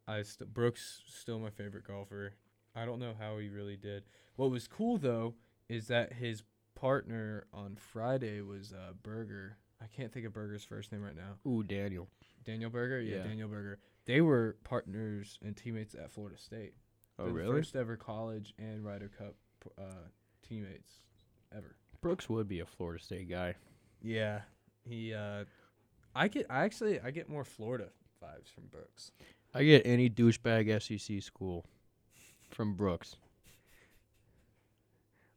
I st- Brooks still my favorite golfer. I don't know how he really did. What was cool though is that his partner on Friday was uh, Berger. I can't think of Berger's first name right now. ooh Daniel. Daniel Berger, yeah, Yeah. Daniel Berger. They were partners and teammates at Florida State. Oh They're the really? First ever college and Ryder Cup uh, teammates ever. Brooks would be a Florida State guy. Yeah, he uh, I get I actually I get more Florida vibes from Brooks. I get any douchebag SEC school from Brooks.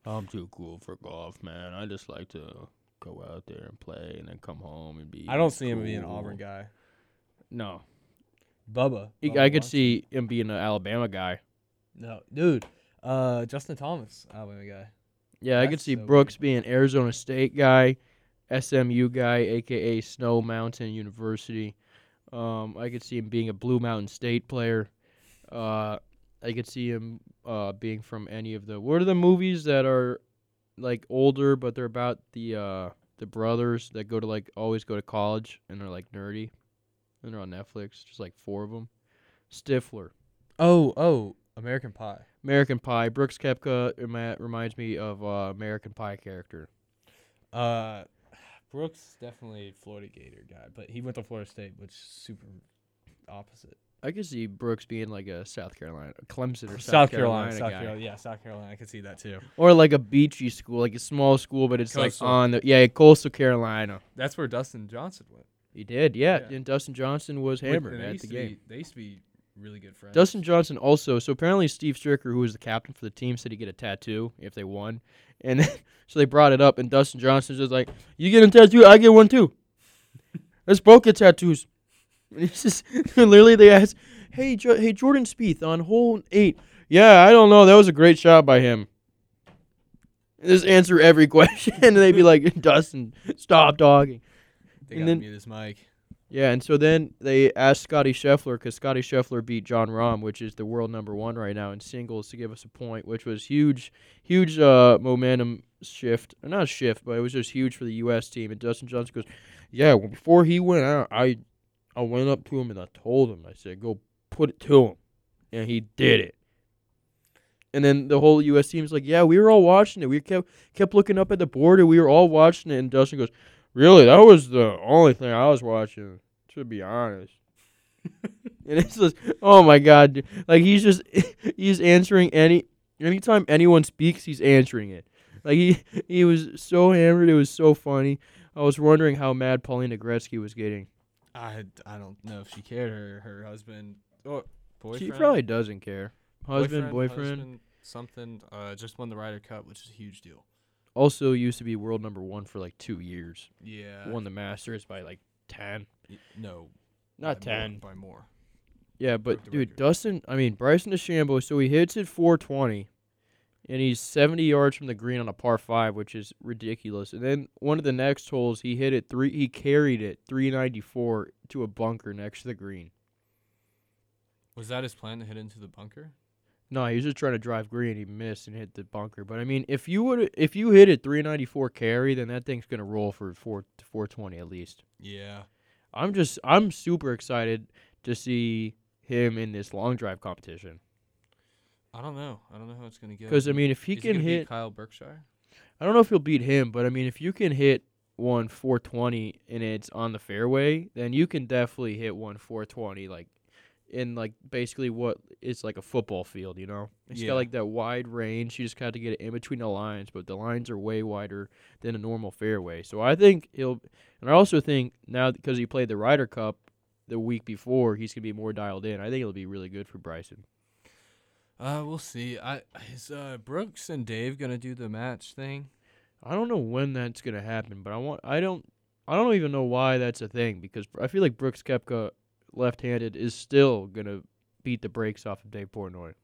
I'm too cool for golf, man. I just like to go out there and play and then come home and be. I don't see him being an cool. Auburn guy. Oh, No. Bubba. I- Bubba I could Watson. see him being an Alabama guy. No, dude. Uh, Justin Thomas, Alabama guy. Yeah, I could That's see so weird. Brooks being Arizona State guy, SMU guy, aka Snow Mountain University. Um, I could see him being a Blue Mountain State player. Uh, I could see him uh, being from any of the what are the movies that are like older, but they're about the uh, the brothers that go to like always go to college and they're like nerdy, and they're on Netflix. Just like four of them. Stifler. Oh, oh, American Pie. American Pie. Brooks Kepka remi- reminds me of uh, American Pie character. Uh, Brooks definitely a Florida Gator guy, but he went to Florida State, which is super opposite. I could see Brooks being like a South Carolina, a Clemson or South, South Carolina, Carolina, South guy, Carolina, yeah, South Carolina. I could see that too. or like a beachy school, like a small school, but it's Coastal. like on the yeah, coastal Carolina. That's where Dustin Johnson went. He did, yeah. Yeah. And Dustin Johnson was With- hammered and they at used the to game. Be, they used to be really good friends. Dustin Johnson also. So apparently Steve Stricker, who was the captain for the team, said he'd get a tattoo if they won, and then, so they brought it up, and Dustin Johnson's just like, "You get a tattoo, I get one too. Let's both get tattoos." And it's just literally they asked, "Hey, jo- hey, Jordan Spieth on hole eight. Yeah, I don't know. That was a great shot by him." Just answer every question, and they'd be like, "Dustin, stop talking." They and got then- mute his mic. Yeah, and so then they asked Scotty Scheffler because Scotty Scheffler beat John Rahm, which is the world number one right now in singles, to give us a point, which was huge, huge uh, momentum shift. Or not shift, but it was just huge for the U.S. team. And Dustin Johnson goes, "Yeah, well, before he went out, I, I went up to him and I told him, I said, go put it to him, and he did it." And then the whole U.S. team's like, "Yeah, we were all watching it. We kept kept looking up at the board, and we were all watching it." And Dustin goes. Really, that was the only thing I was watching, to be honest. and it's just, oh my god, dude. like he's just, he's answering any, anytime anyone speaks, he's answering it. Like he, he was so hammered, it was so funny. I was wondering how mad Paulina Gretzky was getting. I I don't know if she cared. Her her husband or boyfriend. Oh, She probably doesn't care. Husband, boyfriend, husband, something. Uh, just won the Ryder Cup, which is a huge deal. also used to be world number one for like two years. Yeah. Won the Masters by like ten, y- No. not by more- ten, by more. Yeah, but the dude, record. Dustin, I mean Bryson DeChambeau, so he hits it 420, and he's 70 yards from the green on a par five, which is ridiculous. And then one of the next holes, he hit it three, he carried it 394 to a bunker next to the green. Was that his plan to hit into the bunker? No, he was just trying to drive green. He missed and hit the bunker. But I mean, if you would, if you hit it 394 carry, then that thing's gonna roll for four 420 at least. Yeah. I'm just, I'm super excited to see him in this long drive competition. I don't know. I don't know how it's gonna go. 'Cause, I mean, if he Is can gonna beat hit- Kyle Berkshire, I don't know if you'll beat him, but I mean, if you can hit one 420 and it's on the fairway, then you can definitely hit one 420 like in like basically what it's like a football field, you know. It's Yeah. got like that wide range. You just got to get it in between the lines, but the lines are way wider than a normal fairway. So I think he'll, and I also think now because he played the Ryder Cup the week before, he's gonna be more dialed in. I think it'll be really good for Bryson. uh, we'll see. I is uh, Brooks and Dave gonna do the match thing? I don't know when that's gonna happen, but I want I don't I don't even know why that's a thing because I feel like Brooks Kepka left handed is still gonna beat the brakes off of Dave Portnoy.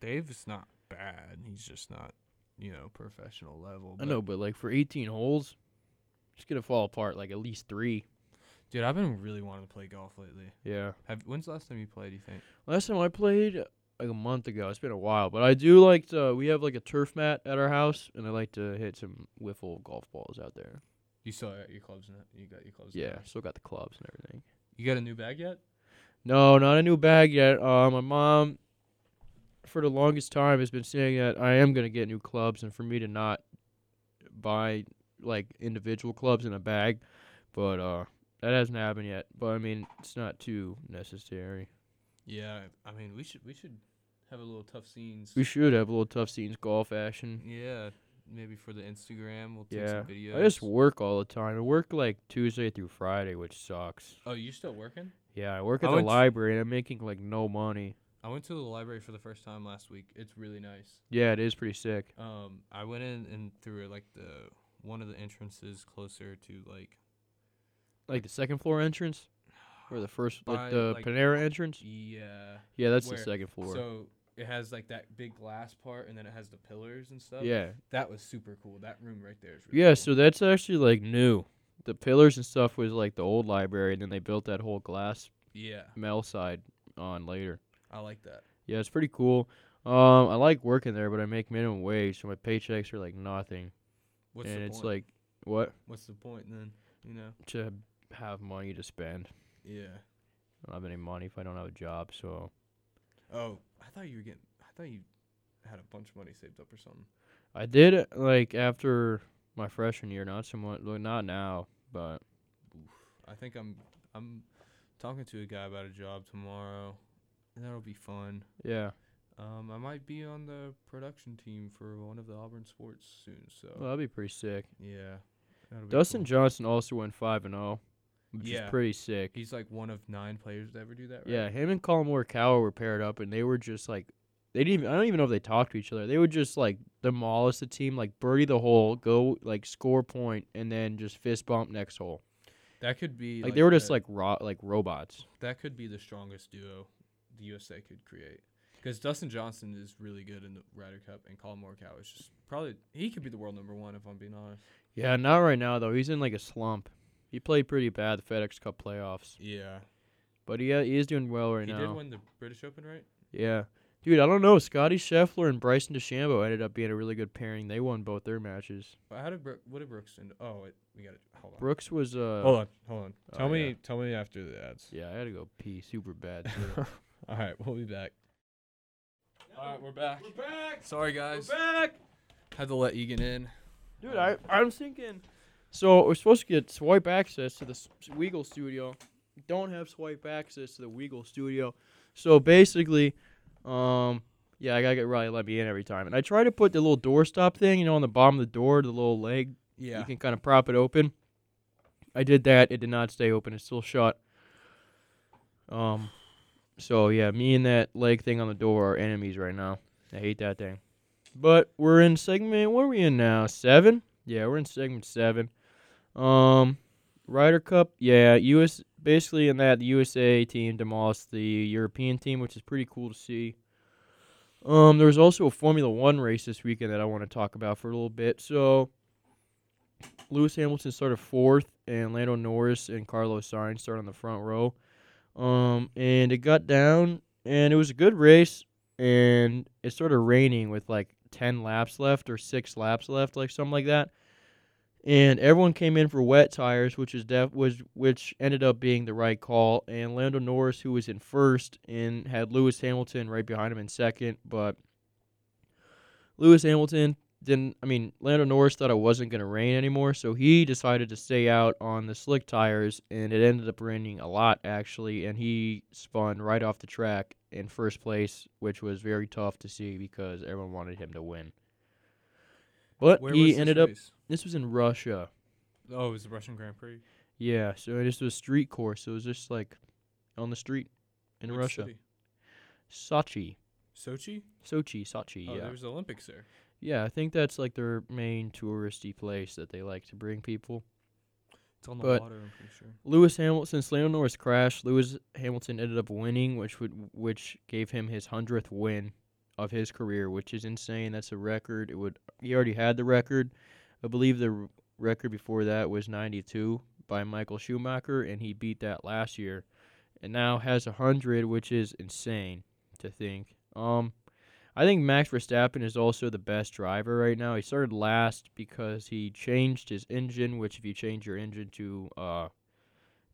Dave's not bad. He's just not, you know, professional level. I but- know, but like for eighteen holes, it's gonna fall apart like at least three. dude. I've been really wanting to play golf lately. Yeah. Have when's the last time you played? Do you think? Last time I played like a month ago. It's been a while, but I do like to we have like a turf mat at our house and I like to hit some wiffle golf balls out there. You still got your clubs in it. You got your clubs. in Yeah, there. still got the clubs and everything. You got a new bag yet? No, not a new bag yet. Uh, my mom, for the longest time, has been saying that I am gonna get new clubs, and for me to not buy like individual clubs in a bag, but uh, that hasn't happened yet. But I mean, it's not too necessary. Yeah. I mean, we should we should have a little tough scenes. We should have a little tough scenes golf action. yeah. maybe for the Instagram. We'll take Yeah. some videos. I just work all the time. I work like Tuesday through Friday, which sucks. Oh, you still working? Yeah, I work I at the went to- library and I'm making like no money. I went to the library for the first time last week. It's really nice. Yeah, it is pretty sick. Um, I went in and through like the one of the entrances closer to like Like the second floor entrance, or the first, By, like the like, Panera entrance. yeah. Yeah, that's the where- second floor. uh, So it has like that big glass part, and then it has the pillars and stuff. yeah, that was super cool. That room right there is. Really yeah. cool. So that's actually like new. The pillars and stuff was like the old library, and then they built that whole glass yeah, mail side on later. I like that. Yeah, it's pretty cool. Um, I like working there, but I make minimum wage, so my paychecks are like nothing. What's and the it's point? like what What's the point then? You know. to have money to spend. Yeah. I don't have any money if I don't have a job, so Oh, I thought you were getting. I thought you had a bunch of money saved up or something. I did uh, like after my freshman year, not so much, well, not now, but I think I'm I'm talking to a guy about a job tomorrow. And that'll be fun. yeah. Um, I might be on the production team for one of the Auburn sports soon. So Well, that'd be pretty sick. yeah, that'll be Dustin cool. Johnson also went five and zero, which Yeah. is pretty sick. He's like one of nine players to ever do that. Right? Yeah, him and Colin Morikawa were paired up, and they were just like, they didn't. Even, I don't even know if they talked to each other. They would just like demolish the team, like birdie the hole, go like score point, and then just fist bump next hole. that could be Like, they were just the- like ro- like robots. that could be the strongest duo the USA could create. Because Dustin Johnson is really good in the Ryder Cup, and Colin Morikawa is just probably he could be the world number one if I'm being honest. Yeah, not right now though. He's in like a slump. He played pretty bad the FedEx Cup playoffs, Yeah, but he, uh, he is doing well right he now. did win the British Open, right? Yeah. Dude, I don't know. Scotty Scheffler and Bryson DeChambeau ended up being a really good pairing. They won both their matches. But How did Bro- what did Brooks end? Oh, wait, we got to hold on. Brooks was uh hold on, hold on. oh, Tell me, yeah. tell me after the ads. Yeah, I had to go pee super bad. All right, we'll be back. All right, we're back. We're back. Sorry guys, back. had to let Egan in. Dude, I I'm thinking so we're supposed to get swipe access to the S- Weagle studio. We Don't have swipe access to the Weagle studio. So basically, um yeah, I gotta get Riley to let me in every time. And I try to put the little doorstop thing, you know, on the bottom of the door, the little leg Yeah. you can kind of prop it open. I did that. It did not stay open. It's still shut. Um, so yeah, me and that leg thing on the door are enemies right now. I hate that thing. But we're in segment. What are we in now? Seven. Yeah, we're in segment seven. Um, Ryder Cup. Yeah, U.S. Basically, in that the USA team demolished the European team, which is pretty cool to see. Um, there was also a Formula One race this weekend that I want to talk about for a little bit. So, Lewis Hamilton started fourth, and Lando Norris and Carlos Sainz started on the front row. Um, and it got down, and it was a good race, and it started raining with like ten laps left or six laps left, like something like that. And everyone came in for wet tires, which is def- was which ended up being the right call. And Lando Norris, who was in first, and had Lewis Hamilton right behind him in second, but Lewis Hamilton didn't I mean Lando Norris thought it wasn't going to rain anymore, so he decided to stay out on the slick tires and it ended up raining a lot actually and he spun right off the track in first place, which was very tough to see because everyone wanted him to win. But he ended up this was in Russia. Oh, it was the Russian Grand Prix Yeah, so this was a street course, so it was just like on the street in Which Russia. city? Sochi. Sochi. Sochi, Sochi, Oh, yeah. there was the Olympics there. Yeah, I think that's like their main touristy place that they like to bring people. It's on the But- water. I'm pretty sure. Lewis Hamilton, since Lando Norris crashed, Lewis Hamilton ended up winning, which would which gave him his hundredth win of his career, which is insane. That's a record. It would he already had the record. I believe the r- record before that was ninety two by Michael Schumacher, and he beat that last year, and now has a hundred, which is insane to think. Um, I think Max Verstappen is also the best driver right now. He started last because he changed his engine, which if you change your engine to uh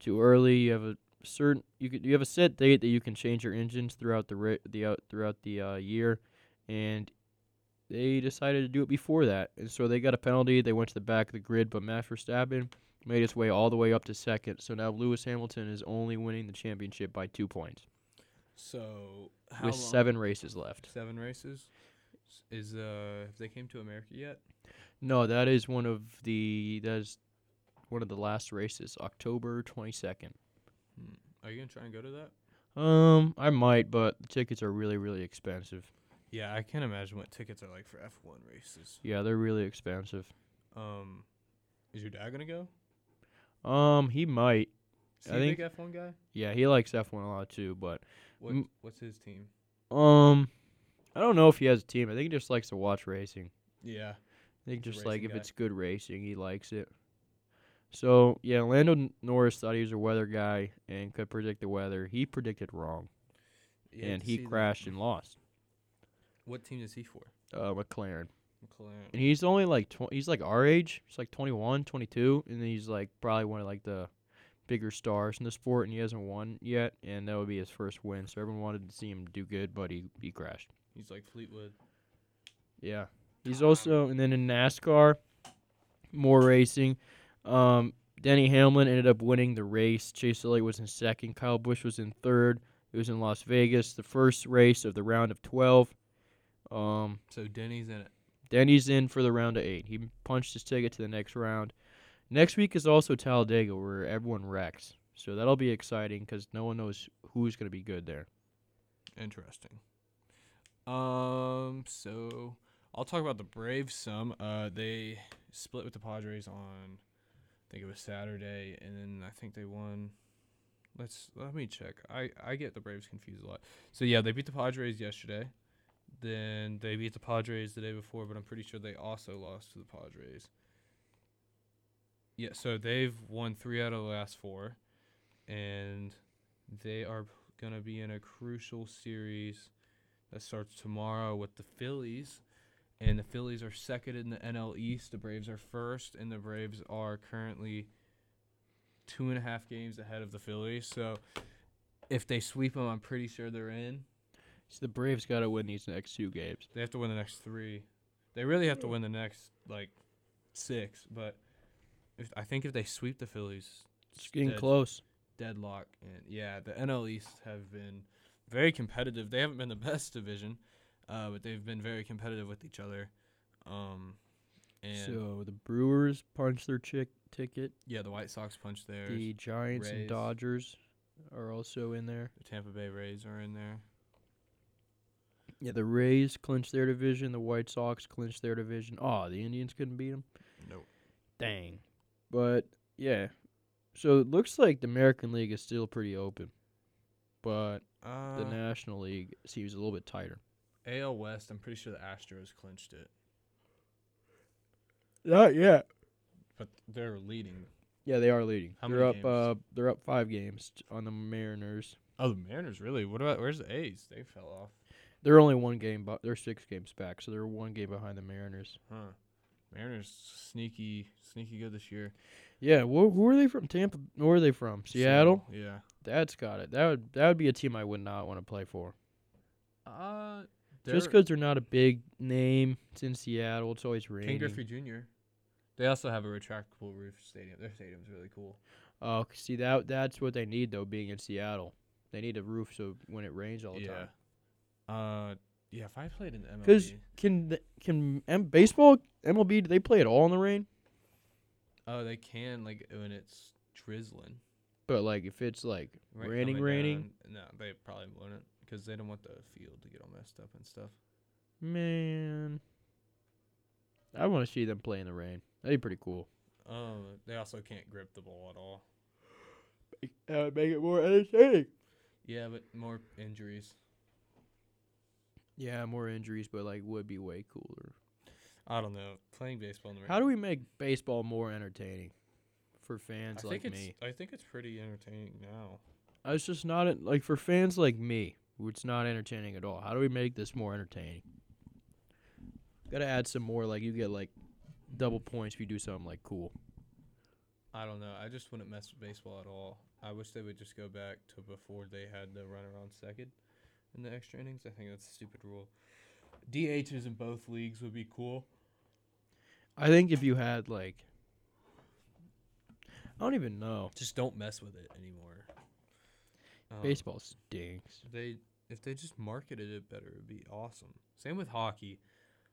too early. You have a certain you could you have a set date that you can change your engines throughout the ra- the out throughout the uh, year, and they decided to do it before that, and so they got a penalty. They went to the back of the grid, but Max Verstappen made his way all the way up to second. So now Lewis Hamilton is only winning the championship by two points So how with long- seven races left. Seven races. S- Is uh have they came to America yet? No, that is one of the that is one of the last races, October twenty second. Are you gonna try and go to that? Um, I might, but the tickets are really really expensive. Yeah, I can't imagine what tickets are like for F one races. Yeah, they're really expensive. Um, is your dad gonna go? Um, he might. Is I he a think- big F one guy? Yeah, he likes F one a lot too, but What Mm. what's his team? um, I don't know if he has a team. I think he just likes to watch racing. Yeah, I think He's a just like racing if guy. it's good racing, he likes it. So yeah, Lando N- Norris thought he was a weather guy and could predict the weather. He predicted wrong, Yeah, and to he see the- crashed and lost. What team is he for? Uh, McLaren. McLaren. and he's only like tw- he's like our age. He's like 21, 22, and then he's like probably one of like the bigger stars in the sport, and he hasn't won yet, and that would be his first win. So everyone wanted to see him do good, but he he crashed. He's like Fleetwood. Yeah, he's also and then in NASCAR, more racing. Um, Denny Hamlin ended up winning the race. Chase Elliott was in second. Kyle Busch was in third. It was in Las Vegas, the first race of the round of twelve. Um, So Denny's in it. Then he's in for the round of eight. He punched his ticket to the next round. Next week is also Talladega, where everyone wrecks. So that'll be exciting because no one knows who's going to be good there. Interesting. Um, so I'll talk about the Braves some. Uh, they split with the Padres on, I think it was Saturday, and then I think they won. Let's let me check. I I get the Braves confused a lot. So yeah, they beat the Padres yesterday. Then they beat the Padres the day before, but I'm pretty sure they also lost to the Padres. Yeah, so they've won three out of the last four, and they are going to be in a crucial series that starts tomorrow with the Phillies. And the Phillies are second in the NL East. The Braves are first, and the Braves are currently two and a half games ahead of the Phillies. So if they sweep them, I'm pretty sure they're in. So the Braves got to win these next two games. They have to win the next three. They really have to win the next like six. But if I think if they sweep the Phillies, It's getting dead- close. deadlock and yeah the nl east have been very competitive they haven't been the best division uh, but they've been very competitive with each other um, and So the Brewers punched their chick ticket. yeah the white sox punch there The the Giants and Rays. Dodgers are also in there. tampa bay rays are in there Yeah, the Rays clinched their division. The White Sox clinched their division. Oh, the Indians couldn't beat them. Nope. Dang. But yeah, so it looks like the American League is still pretty open, but uh, the National League seems a little bit tighter. al west i'm pretty sure the astros clinched it Not yet. but they're leading Yeah, they are leading. How they're many up. games? Uh, they're up five games t- on the Mariners. oh the mariners really what about where's the a's they fell off They're only one game, but they're six games back, so they're one game behind the Mariners. huh mariners sneaky sneaky good this year Yeah, wh- who are they from? Tampa? Where are they from? Seattle. So, yeah That's got it. That would that would be a team I would not want to play for. uh Just they're- because they're not a big name, it's in Seattle. It's always raining. King Griffey Jr. They also have a retractable roof stadium. Their stadium's really cool. Oh, c- see that that's what they need though. Being in Seattle, they need a roof so when it rains all the time. Uh, yeah. If I played in the Because MLB, can th- can M- baseball MLB do they play at all in the rain? oh, they can like when it's drizzling, But like if it's like Ra- raining, coming raining, down, No, they probably wouldn't because they don't want the field to get all messed up and stuff. man, I want to see them play in the rain. That'd be pretty cool. Um, they also can't grip the ball at all. That would make it more entertaining. Yeah, but more injuries. Yeah, more injuries, but like would be way cooler. I don't know. Playing baseball in the rain. How do we make baseball more entertaining for fans I like think it's. me? I think it's pretty entertaining now. I was just not en- like for fans like me, who it's not entertaining at all. How do we make this more entertaining? Gotta add some more. Like you get like double points if you do something like cool. I don't know. I just wouldn't mess with baseball at all. I wish they would just go back to before they had the runner on second in the extra innings. I think that's a stupid rule. DHs in both leagues would be cool. I think if you had like, I don't even know. Just don't mess with it anymore. Um, Baseball stinks. They if they just marketed it better, it'd be awesome. Same with hockey.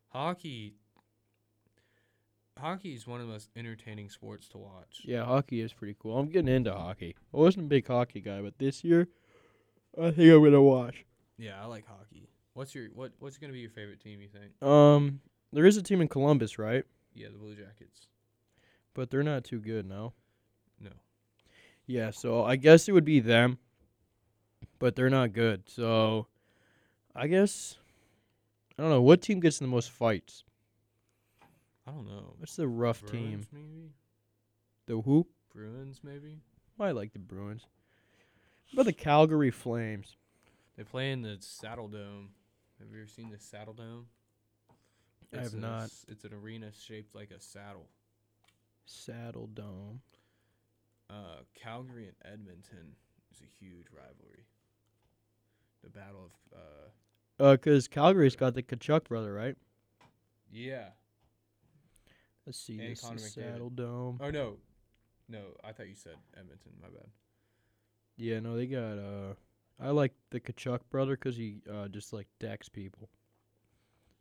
hockey. Hockey is one of the most entertaining sports to watch. Yeah, hockey is pretty cool. I'm getting into hockey. I wasn't a big hockey guy, but this year, I think I'm gonna watch. Yeah, I like hockey. What's your what? What's gonna be your favorite team? You think? Um, there is a team in Columbus, right? Yeah, the Blue Jackets. But they're not too good now. No. Yeah, so I guess it would be them, but they're not good. So, I guess I don't know what team gets the most fights. I don't know. What's the rough team? Bruins maybe. The who? Bruins maybe. I like the Bruins. What about the Calgary Flames? They play in the Saddle Dome. Have you ever seen the Saddle Dome? I have a not. s- It's an arena shaped like a saddle. Saddle Dome. Uh, Calgary and Edmonton is a huge rivalry. The battle of uh, Uh, cause Calgary's got the Kachuk brother, right? yeah. Let's see. And This Connor is McDavid. Saddle Dome. Oh no, no. I thought you said Edmonton. My bad. Yeah, no, they got. uh I like the Kachuk brother because he uh, just like decks people.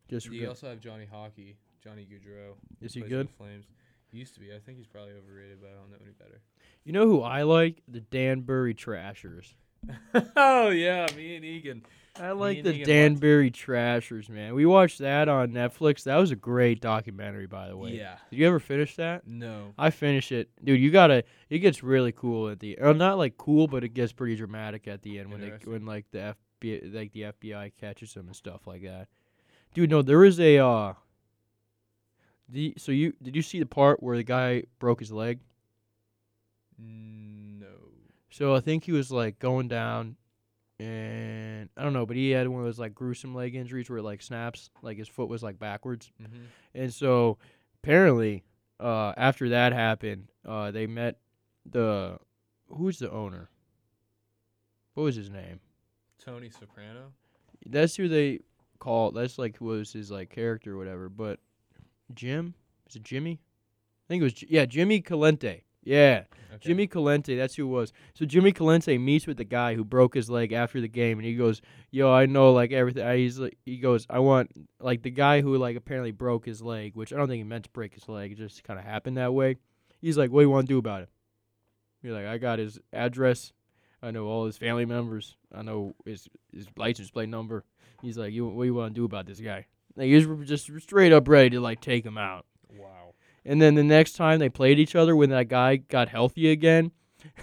Just You reg- also have Johnny Hockey, Johnny Gaudreau. Is he plays for good? the Flames. He used to be. I think he's probably overrated, but I don't know any better. you know who I like? The Danbury Trashers. oh yeah, me and Egan. I like and Egan the watch- Danbury Trashers, man. We watched that on Netflix. That was a great documentary, by the way. Yeah. Did you ever finish that? No. I finish it, dude. You gotta. It gets really cool at the. Or not like cool, but it gets pretty dramatic at the end when they Interesting. when like the FBI like the FBI catches them and stuff like that. Dude, no, there is a. uh The so you did you see the part where the guy broke his leg? No. So I think he was like going down, and I don't know, but he had one of those like gruesome leg injuries where it like snaps, like his foot was like backwards. Mhm. And so apparently, uh, after that happened, uh, they met the who's the owner? What was his name? Tony Soprano. That's who they call. That's like who was his like character or whatever. But Jim is it Jimmy? I think it was J- yeah Jimmy Calente. Yeah, Okay. Jimmy Calente. That's who it was. So Jimmy Calente meets with the guy who broke his leg after the game, and he goes, "Yo, I know like everything." I, he's like, he goes, "I want like the guy who like apparently broke his leg, which I don't think he meant to break his leg. It just kind of happened that way." He's like, "What do you want to do about it?" You're like, "I got his address. I know all his family members. I know his his license plate number." He's like, "You what do you want to do about this guy?" Like he's just straight up ready to like take him out. Wow. And then the next time they played each other, when that guy got healthy again,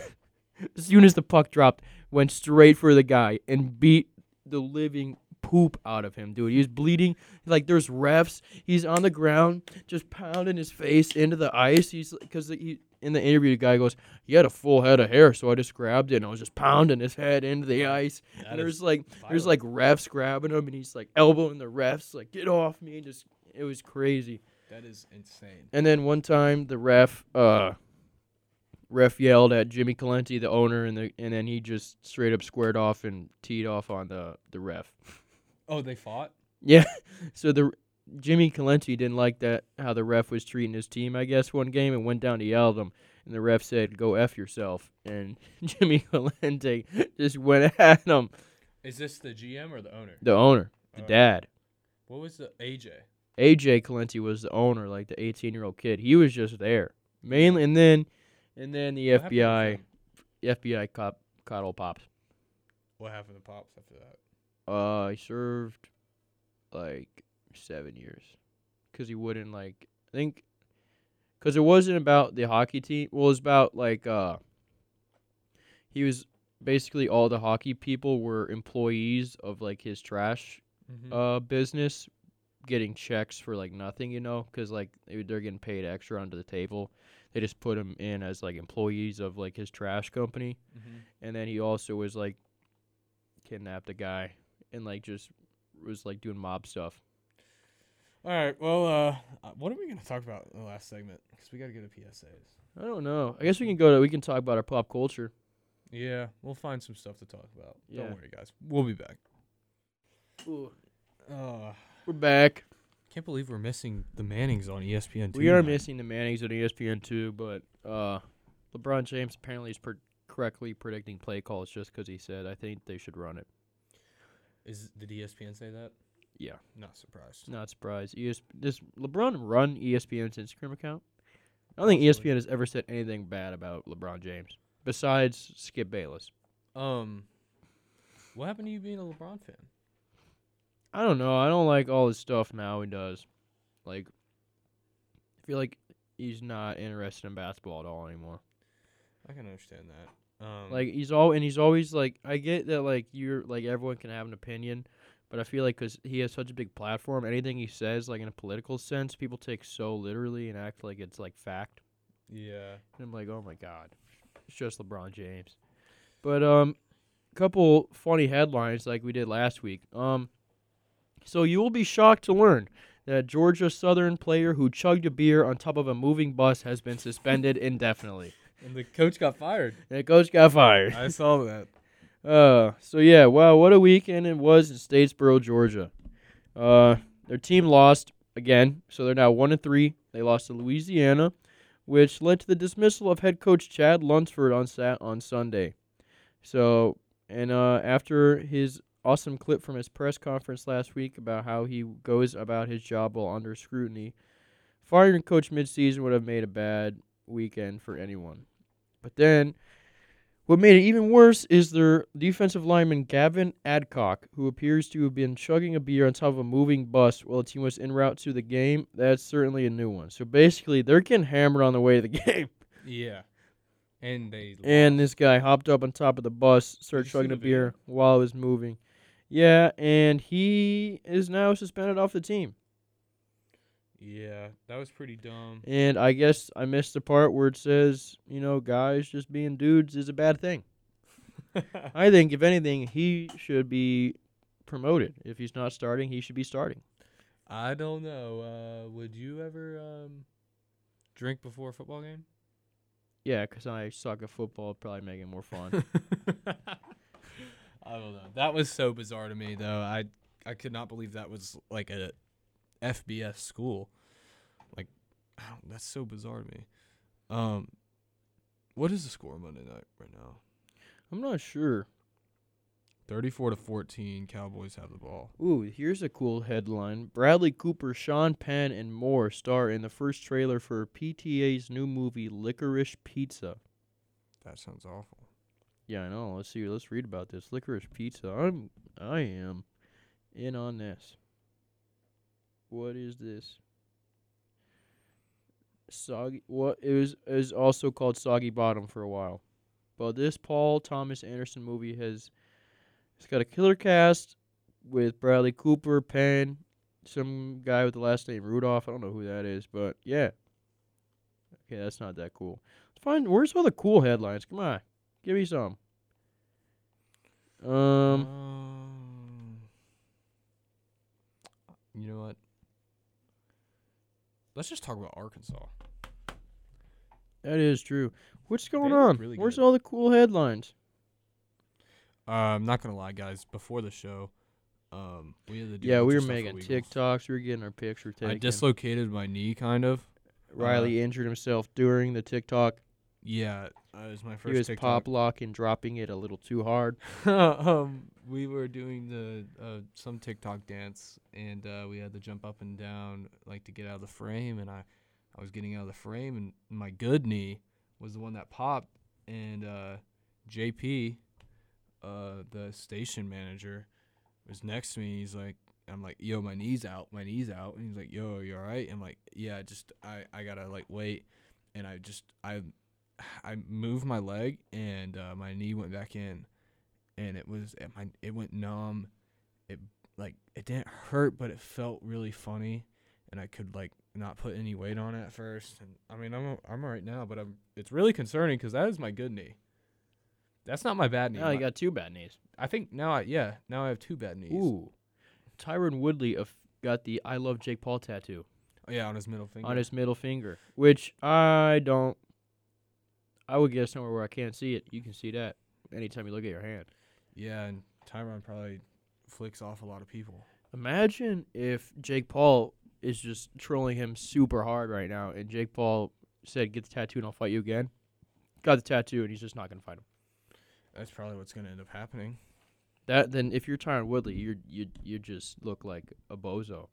as soon as the puck dropped, went straight for the guy and beat the living poop out of him, dude. He was bleeding. Like there's refs. He's on the ground, just pounding his face into the ice. He's because he. In the interview, the guy goes, "He had a full head of hair, so I just grabbed it and I was just pounding his head into the ice." That And there's is like there's violent. like refs grabbing him, and he's like elbowing the refs, like "Get off me!" And just it was crazy. That is insane. And then one time the ref uh ref yelled at Jimmy Calenti, the owner, and the and then he just straight up squared off and teed off on the the ref. Oh, they fought. Yeah. So the Jimmy Calenti didn't like that how the ref was treating his team, I guess, one game and went down to yell at him. And the ref said, Go F yourself and Jimmy Calenti just went at him. Is this the GM or the owner? The owner, the Alright. dad. What was the AJ? AJ Calenti was the owner, like the 18 year old kid. He was just there mainly, and then, and then the What happened to FBI, him? FBI cop caught old pops. What happened to Pops after that? Uh, he served like seven years because he wouldn't like I think because it wasn't about the hockey team. Well, it was about like uh, he was basically all the hockey people were employees of like his trash Mm-hmm. uh business getting checks for like nothing you know because like they- they're getting paid extra under the table they just put him in as like employees of like his trash company and then he also was like kidnapped a guy and like just was like doing mob stuff right. Well, uh, uh, what are we gonna talk about in the last segment? Because we gotta go to PSAs. i don't know i guess we can go to we can talk about our pop culture Yeah, we'll find some stuff to talk about. Yeah. Don't worry, guys. We'll be back. Ooh. Oh, we're back can't believe we're missing the Mannings on E ESPN. we are missing the mannings E on espn too but uh lebron james apparently is per- correctly predicting play calls just because he said i think they should run it E Is did ESPN say that? Yeah, Not surprised. not surprised. ES- does LeBron run E ESPN's Instagram account? I don't think E ESPN has ever said anything bad about LeBron James besides Skip Bayless. Um, what happened to you being a LeBron fan? I don't know. I don't like all his stuff now he does. Like, I feel like he's not interested in basketball at all anymore. I can understand that. Um, Like he's all and he's always like I get that like you're like everyone can have an opinion, but I feel like because he has such a big platform, anything he says like in a political sense, people take so literally and act like it's like fact. yeah, And I'm like, oh my god, it's just LeBron James. But um, couple funny headlines like we did last week. Um, so you will be shocked to learn that a Georgia Southern player who chugged a beer on top of a moving bus has been suspended indefinitely. and the coach got fired. And the coach got fired. I saw that. Uh, so yeah, wow, what a weekend it was in Statesboro, Georgia. Uh, their team lost again, so they're now one and three. They lost to Louisiana, which led to the dismissal of head coach Chad Lunsford on sat on Sunday. So, and uh, after his awesome clip from his press conference last week about how he goes about his job while under scrutiny, firing coach midseason would have made a bad weekend for anyone. But then what made it even worse is their defensive lineman Gavin Adcock, who appears to have been chugging a beer on top of a moving bus while the team was en route to the game. That's certainly a new one. So basically, they're getting hammered on the way to the game, Yeah, and they and this guy hopped up on top of the bus, started you see chugging the a beer while it was moving. Yeah, and he is now suspended off the team. yeah, that was pretty dumb. And I guess I missed the part where it says, you know, guys just being dudes is a bad thing. I think if anything, he should be promoted. If he's not starting, he should be starting. I don't know. Uh, would you ever um, drink before a football game? Yeah, 'cause I suck at football, probably make it more fun. I don't know. That was so bizarre to me, though. I I could not believe that was like a FBS school. Like, I don't, that's so bizarre to me. Um, what is the score Monday night right now? I'm not sure. Thirty-four to fourteen. Cowboys have the ball. Ooh, here's a cool headline. Bradley Cooper, Sean Penn, and more star in the first trailer for PTA's new movie Licorice Pizza. That sounds awful. Yeah, I know. Let's see. Let's read about this licorice pizza. I'm I am in on this. What is this? Soggy. What it was is also called Soggy Bottom for a while, but this Paul Thomas Anderson movie has it's got a killer cast with Bradley Cooper, Penn, some guy with the last name Rudolph. I don't know who that is, but yeah. Okay, that's not that cool. Let's find where's all the cool headlines. Come on. Give me some. Um, Um, you know what? Let's just talk about Arkansas. that is true. What's going look on? really Where's good. all the cool headlines? Uh, I'm not gonna lie, guys. Before the show, um, we had to do yeah, we bunch were of stuff making at Weagles. TikToks. We were getting our picture taken. I uh, dislocated my knee, kind of. Riley injured himself during the TikTok. Yeah, uh, it was my first he was TikTok. pop locking, dropping it a little too hard. um, we were doing the uh, some TikTok dance, and uh, we had to jump up and down like to get out of the frame. And I, I was getting out of the frame, and my good knee was the one that popped. And uh, JP, uh, the station manager, was next to me. He's like, I'm like, yo, my knee's out, my knee's out. And he's like, yo, you all right? I'm like, yeah, I just I I gotta like wait, and I just I. I moved my leg and uh, my knee went back in and it was it, my it went numb. It like it didn't hurt, but it felt really funny, and I could like not put any weight on it at first. And I mean, I'm o- I'm all right now, but I'm it's really concerning because that is my good knee. That's not my bad knee. Now Oh, you My- got two bad knees. I think now I yeah now I have two bad knees. Ooh, Tyron Woodley of, got the "I love Jake Paul" tattoo Oh, yeah, on his middle finger. on his middle finger, which I don't. I would guess somewhere where I can't see it. You can see that anytime you look at your hand. yeah, and Tyron probably flicks off a lot of people. Imagine if Jake Paul is just trolling him super hard right now, and Jake Paul said, "Get the tattoo, and I'll fight you again." Got the tattoo, and he's just not gonna fight him. That's probably what's gonna end up happening. that, then if you're Tyron Woodley, you you you just look like a bozo.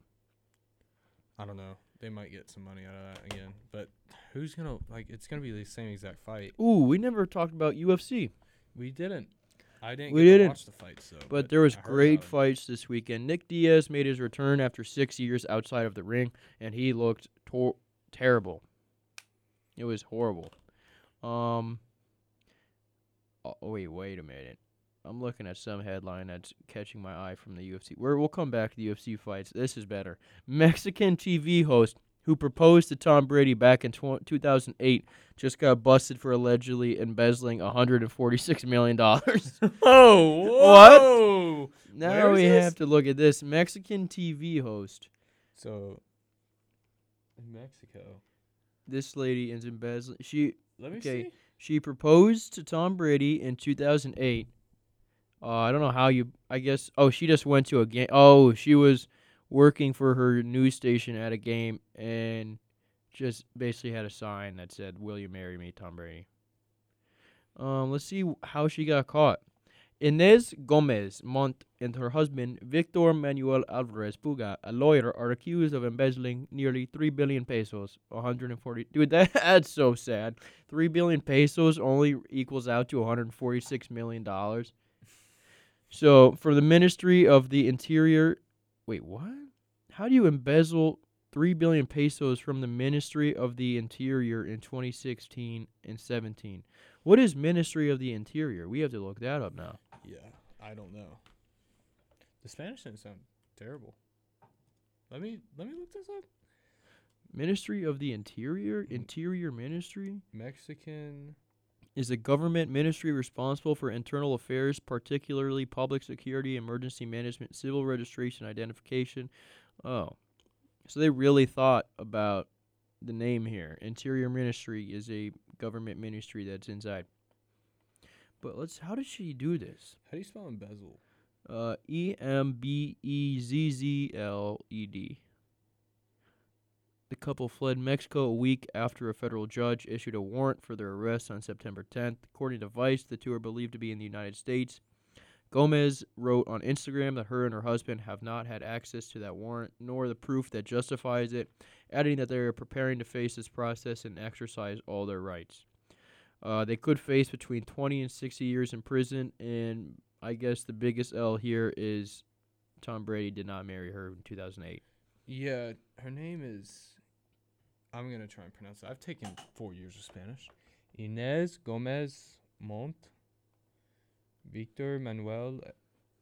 I don't know. They might get some money out of that again, but who's gonna like? It's gonna be the same exact fight. Ooh, we never talked about UFC, We didn't. I didn't. We get didn't. To watch the fights though. but there was I heard uh, great about 'em. fights this weekend. Nick Diaz made his return after six years outside of the ring, and he looked tor- terrible. It was horrible. Um. Oh, wait, wait a minute. I'm looking at some headline that's catching my eye from the UFC. Where we'll come back to the UFC fights. This is better. Mexican TV host who proposed to Tom Brady back in tw- 2008 just got busted for allegedly embezzling 146 million dollars. Oh, what? now Where is we this? have to look at this Mexican TV host. So, in Mexico. This lady is embezzling. She Let me Okay. see. She proposed to Tom Brady in 2008. Uh, I don't know how you. I guess. Oh, she just went to a game. Oh, she was working for her news station at a game and just basically had a sign that said, "Will you marry me, Tom Brady?" Um, let's see wh- how she got caught. Inez Gomez Mont and her husband Victor Manuel Alvarez Puga, a lawyer, are accused of embezzling nearly three billion pesos, 140. Dude, that, that's so sad. Three billion pesos only equals out to 146 million dollars. So, for the Ministry of the Interior, wait, what? How do you embezzle three billion pesos from the Ministry of the Interior in 2016 and 17? What is Ministry of the Interior? We have to look that up now. Yeah, I don't know. The Spanish didn't sound terrible. Let me let me look this up. Ministry of the Interior, Interior Ministry. Mexican. is a government ministry responsible for internal affairs, particularly public security, emergency management, civil registration, identification. Oh, so they really thought about the name here. Interior Ministry is a government ministry that's inside. But let's. How did she do this? How do you spell embezzle? Uh, E M B E Z Z L E D. The couple fled Mexico a week after a federal judge issued a warrant for their arrest on September 10th. According to Vice, the two are believed to be in the United States. Gomez wrote on Instagram that her and her husband have not had access to that warrant nor the proof that justifies it, adding that they are preparing to face this process and exercise all their rights. Uh, they could face between 20 and 60 years in prison, and I guess the biggest L here is Tom Brady did not marry her in 2008. Yeah, her name is. I'm gonna try and pronounce it. I've taken four years of Spanish. Inez Gomez Mont. Victor Manuel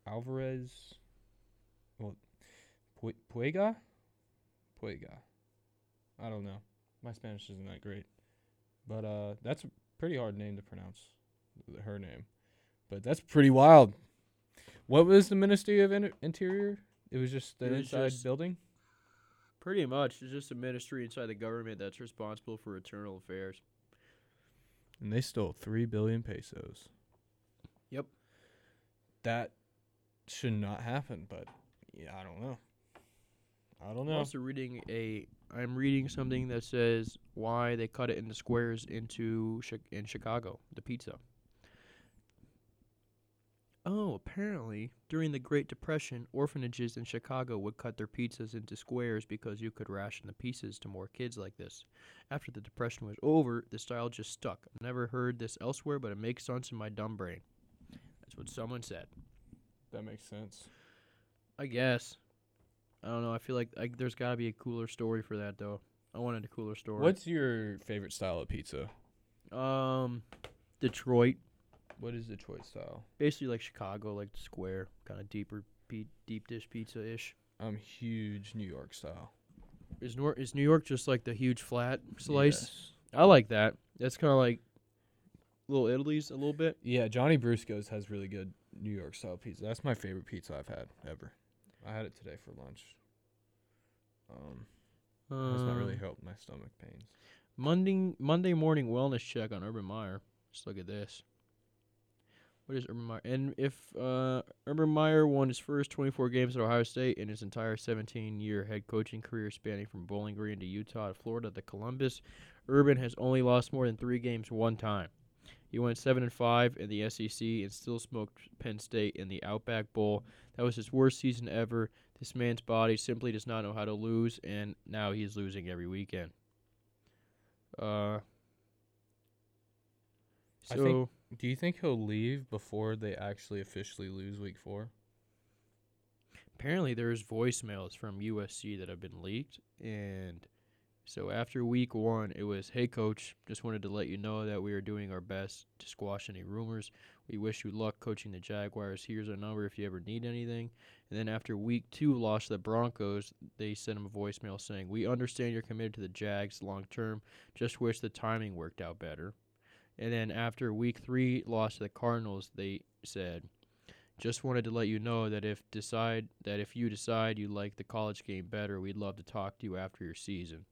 Alvarez. Well, Pue- Puega. Puega. I don't know. My Spanish isn't that great, but uh, that's a pretty hard name to pronounce. th- Her name, but that's pretty wild. What was the Ministry of Inter- Interior? It was just the It was inside just- building. Pretty much, it's just a ministry inside the government that's responsible for internal affairs. And they stole three billion pesos. Yep. That should not happen, but yeah, I don't know. I don't I'm know. also reading a. I'm reading something that says why they cut it into squares into Chi- in Chicago the pizza. Oh, apparently during the Great Depression, orphanages in Chicago would cut their pizzas into squares because you could ration the pieces to more kids like this. After the Depression was over, the style just stuck. I've never heard this elsewhere, but it makes sense in my dumb brain. That's what someone said. That makes sense. I guess. I don't know. I feel like I, there's got to be a cooler story for that though. I wanted a cooler story. What's your favorite style of pizza? um Detroit, What is Detroit style? basically like Chicago, like the square, kind of deeper pe- deep dish pizza ish. I'm huge New York style. Is Nor- is New York just like the huge flat slice? I like that. That's kind of like Little Italy's a little bit. Yeah, Johnny Brusco's has really good New York style pizza. That's my favorite pizza I've had ever. I had it today for lunch. Um, it's not really Um, helped my stomach pains. Monday Monday morning wellness check on Urban Meyer. Let's look at this. What is Urban Meyer? And if uh, Urban Meyer won his first 24 games at Ohio State in his entire 17-year head coaching career, spanning from Bowling Green to Utah to Florida to Columbus, Urban has only lost more than three games one time. He He went seven and five in the SEC and still smoked Penn State in the Outback Bowl. That was his worst season ever. This man's body simply does not know how to lose, and now he's losing every weekend. Uh, I so think- Do you think he'll leave before they actually officially lose week four? apparently there's voicemails from USC that have been leaked and so after week 1 it was hey coach just wanted to let you know that we are doing our best to squash any rumors we wish you luck coaching the Jaguars here's our number if you ever need anything and then after week 2 loss to the Broncos they sent him a voicemail saying we understand you're committed to the Jags long term just wish the timing worked out better and then after week 3 loss to the Cardinals they said just wanted to let you know that if decide that if you decide you like the college game better, we'd love to talk to you after your season.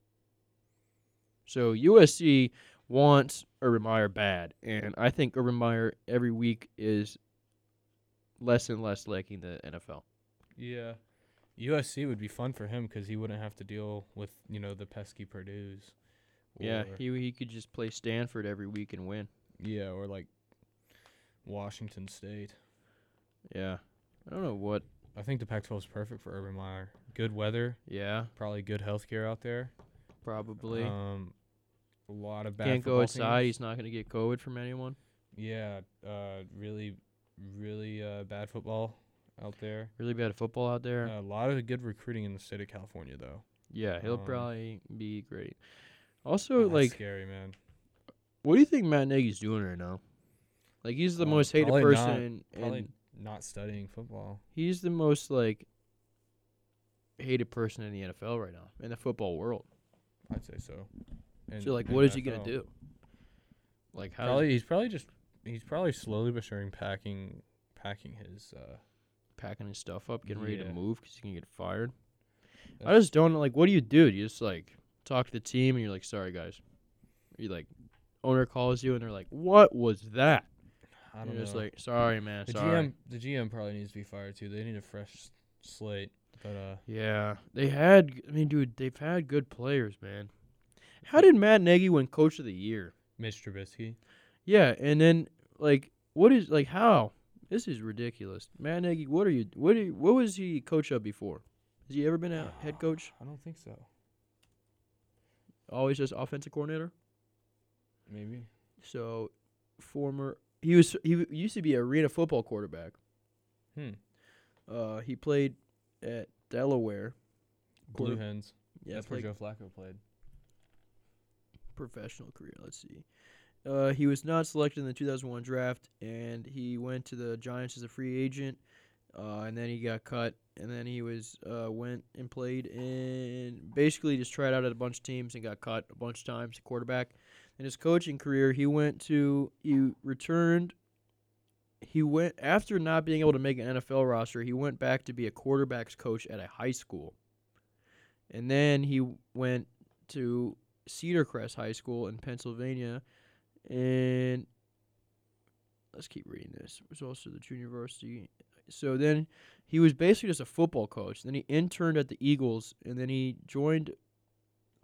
So USC wants Urban Meyer bad, and I think Urban Meyer every week is less and less liking the NFL. Yeah. USC would be fun for him because he wouldn't have to deal with, you know, the pesky Purdue's. Yeah, or- he he could just play Stanford every week and win. yeah, or like Washington State. Yeah, I don't know what. I think the Pac-12 is perfect for Urban Meyer. Good weather, Yeah, probably good healthcare out there. probably Um, a lot of bad. can't go football outside. teams. He's not gonna get COVID from anyone. Yeah, uh, really, really uh, bad football out there. Really bad football out there. A lot of good recruiting in the state of California, though. Yeah, he'll Um, probably be great. Oh, Also, that's like, scary man. what do you think Matt Nagy's doing right now? Like, he's the Uh, most hated probably not- person, Probably and not studying football. he's the most like hated person in the NFL right now in the football world. I'd say so. And so, like, and what is he gonna NFL. do? Like, how? does- Probably he's probably just he's probably slowly but surely packing packing his. Uh, packing his stuff up, getting ready to Yeah. move because he's gonna get fired. I that's- just don't like. What do you do? Do you just like talk to the team and you're like, "Sorry guys," you like owner calls you and they're like, "What was that?" I don't You're know. just like, "Sorry man, the sorry." GM the GM probably needs to be fired too. They need a fresh s- slate. But uh, Yeah, they had. I mean, dude, they've had good players, man. How did Matt Nagy win Coach of the Year? Mitch Trubisky. Yeah, and then like, what is like how? This is ridiculous, Matt Nagy. What are you? What? Are you, what was he coach of before? Has he ever been a head coach? I don't think so. Always just offensive coordinator. Maybe. So, former he was he w- used to be arena football quarterback. Hmm. Uh, he played at Delaware. Blue Quarter- Hens. Yeah, That's played where Joe Flacco played. professional career. Let's see. Uh, he was not selected in the 2001 draft, and he went to the Giants as a free agent, uh, and then he got cut, and then he was uh, went and played in basically just tried out at a bunch of teams and got cut a bunch of times. Quarterback. In his coaching career, he went to he returned. He went after not being able to make an NFL roster. He went back to be a quarterbacks coach at a high school, and then he went to Cedar Crest High School in Pennsylvania. And let's keep reading this. It was also the junior varsity. So then he was basically just a football coach. Then he interned at the Eagles, and then he joined.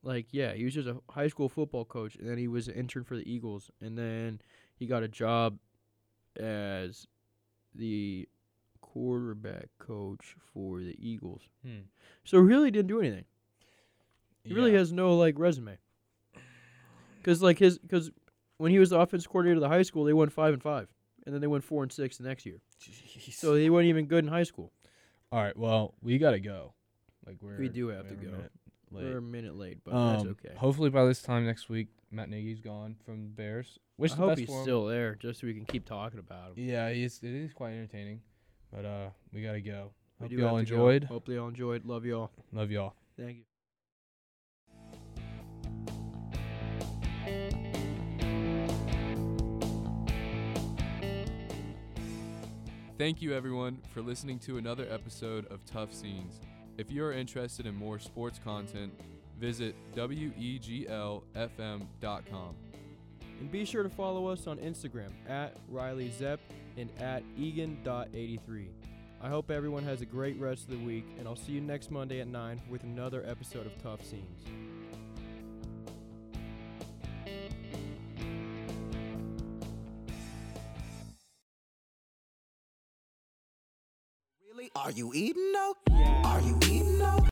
Like yeah, he was just a high school football coach, and then he was an intern for the Eagles, and then he got a job as the quarterback coach for the Eagles. Hmm. So really didn't do anything. He really Yeah. has no like resume. Cause like his cause when he was the offense coordinator of the high school, they won five and five, and then they won four and six the next year. Jeez. So they weren't even good in high school. All right. Well, we gotta go. Like we're do have to we're a go. minute We're Late. a minute late, but that's um, okay. Hopefully by this time next week, Matt Nagy's gone from the Bears. Which I is the hope best he's for him. still there, just so we can keep talking about him. Yeah, it's, it is quite entertaining. But uh, we gotta go. We Hope do you all have to go. Oh. enjoyed. Hope they all enjoyed. Love y'all. Love y'all. Thank you. Thank you, everyone, for listening to another episode of Tough Scenes. If you are interested in more sports content, visit E weglfm.com. And be sure to follow us on Instagram at Riley Zepp and at Egan.83. I hope everyone has a great rest of the week, and I'll see you next Monday at 9 with another episode of Tough Scenes. Are you eating though? Are you eating?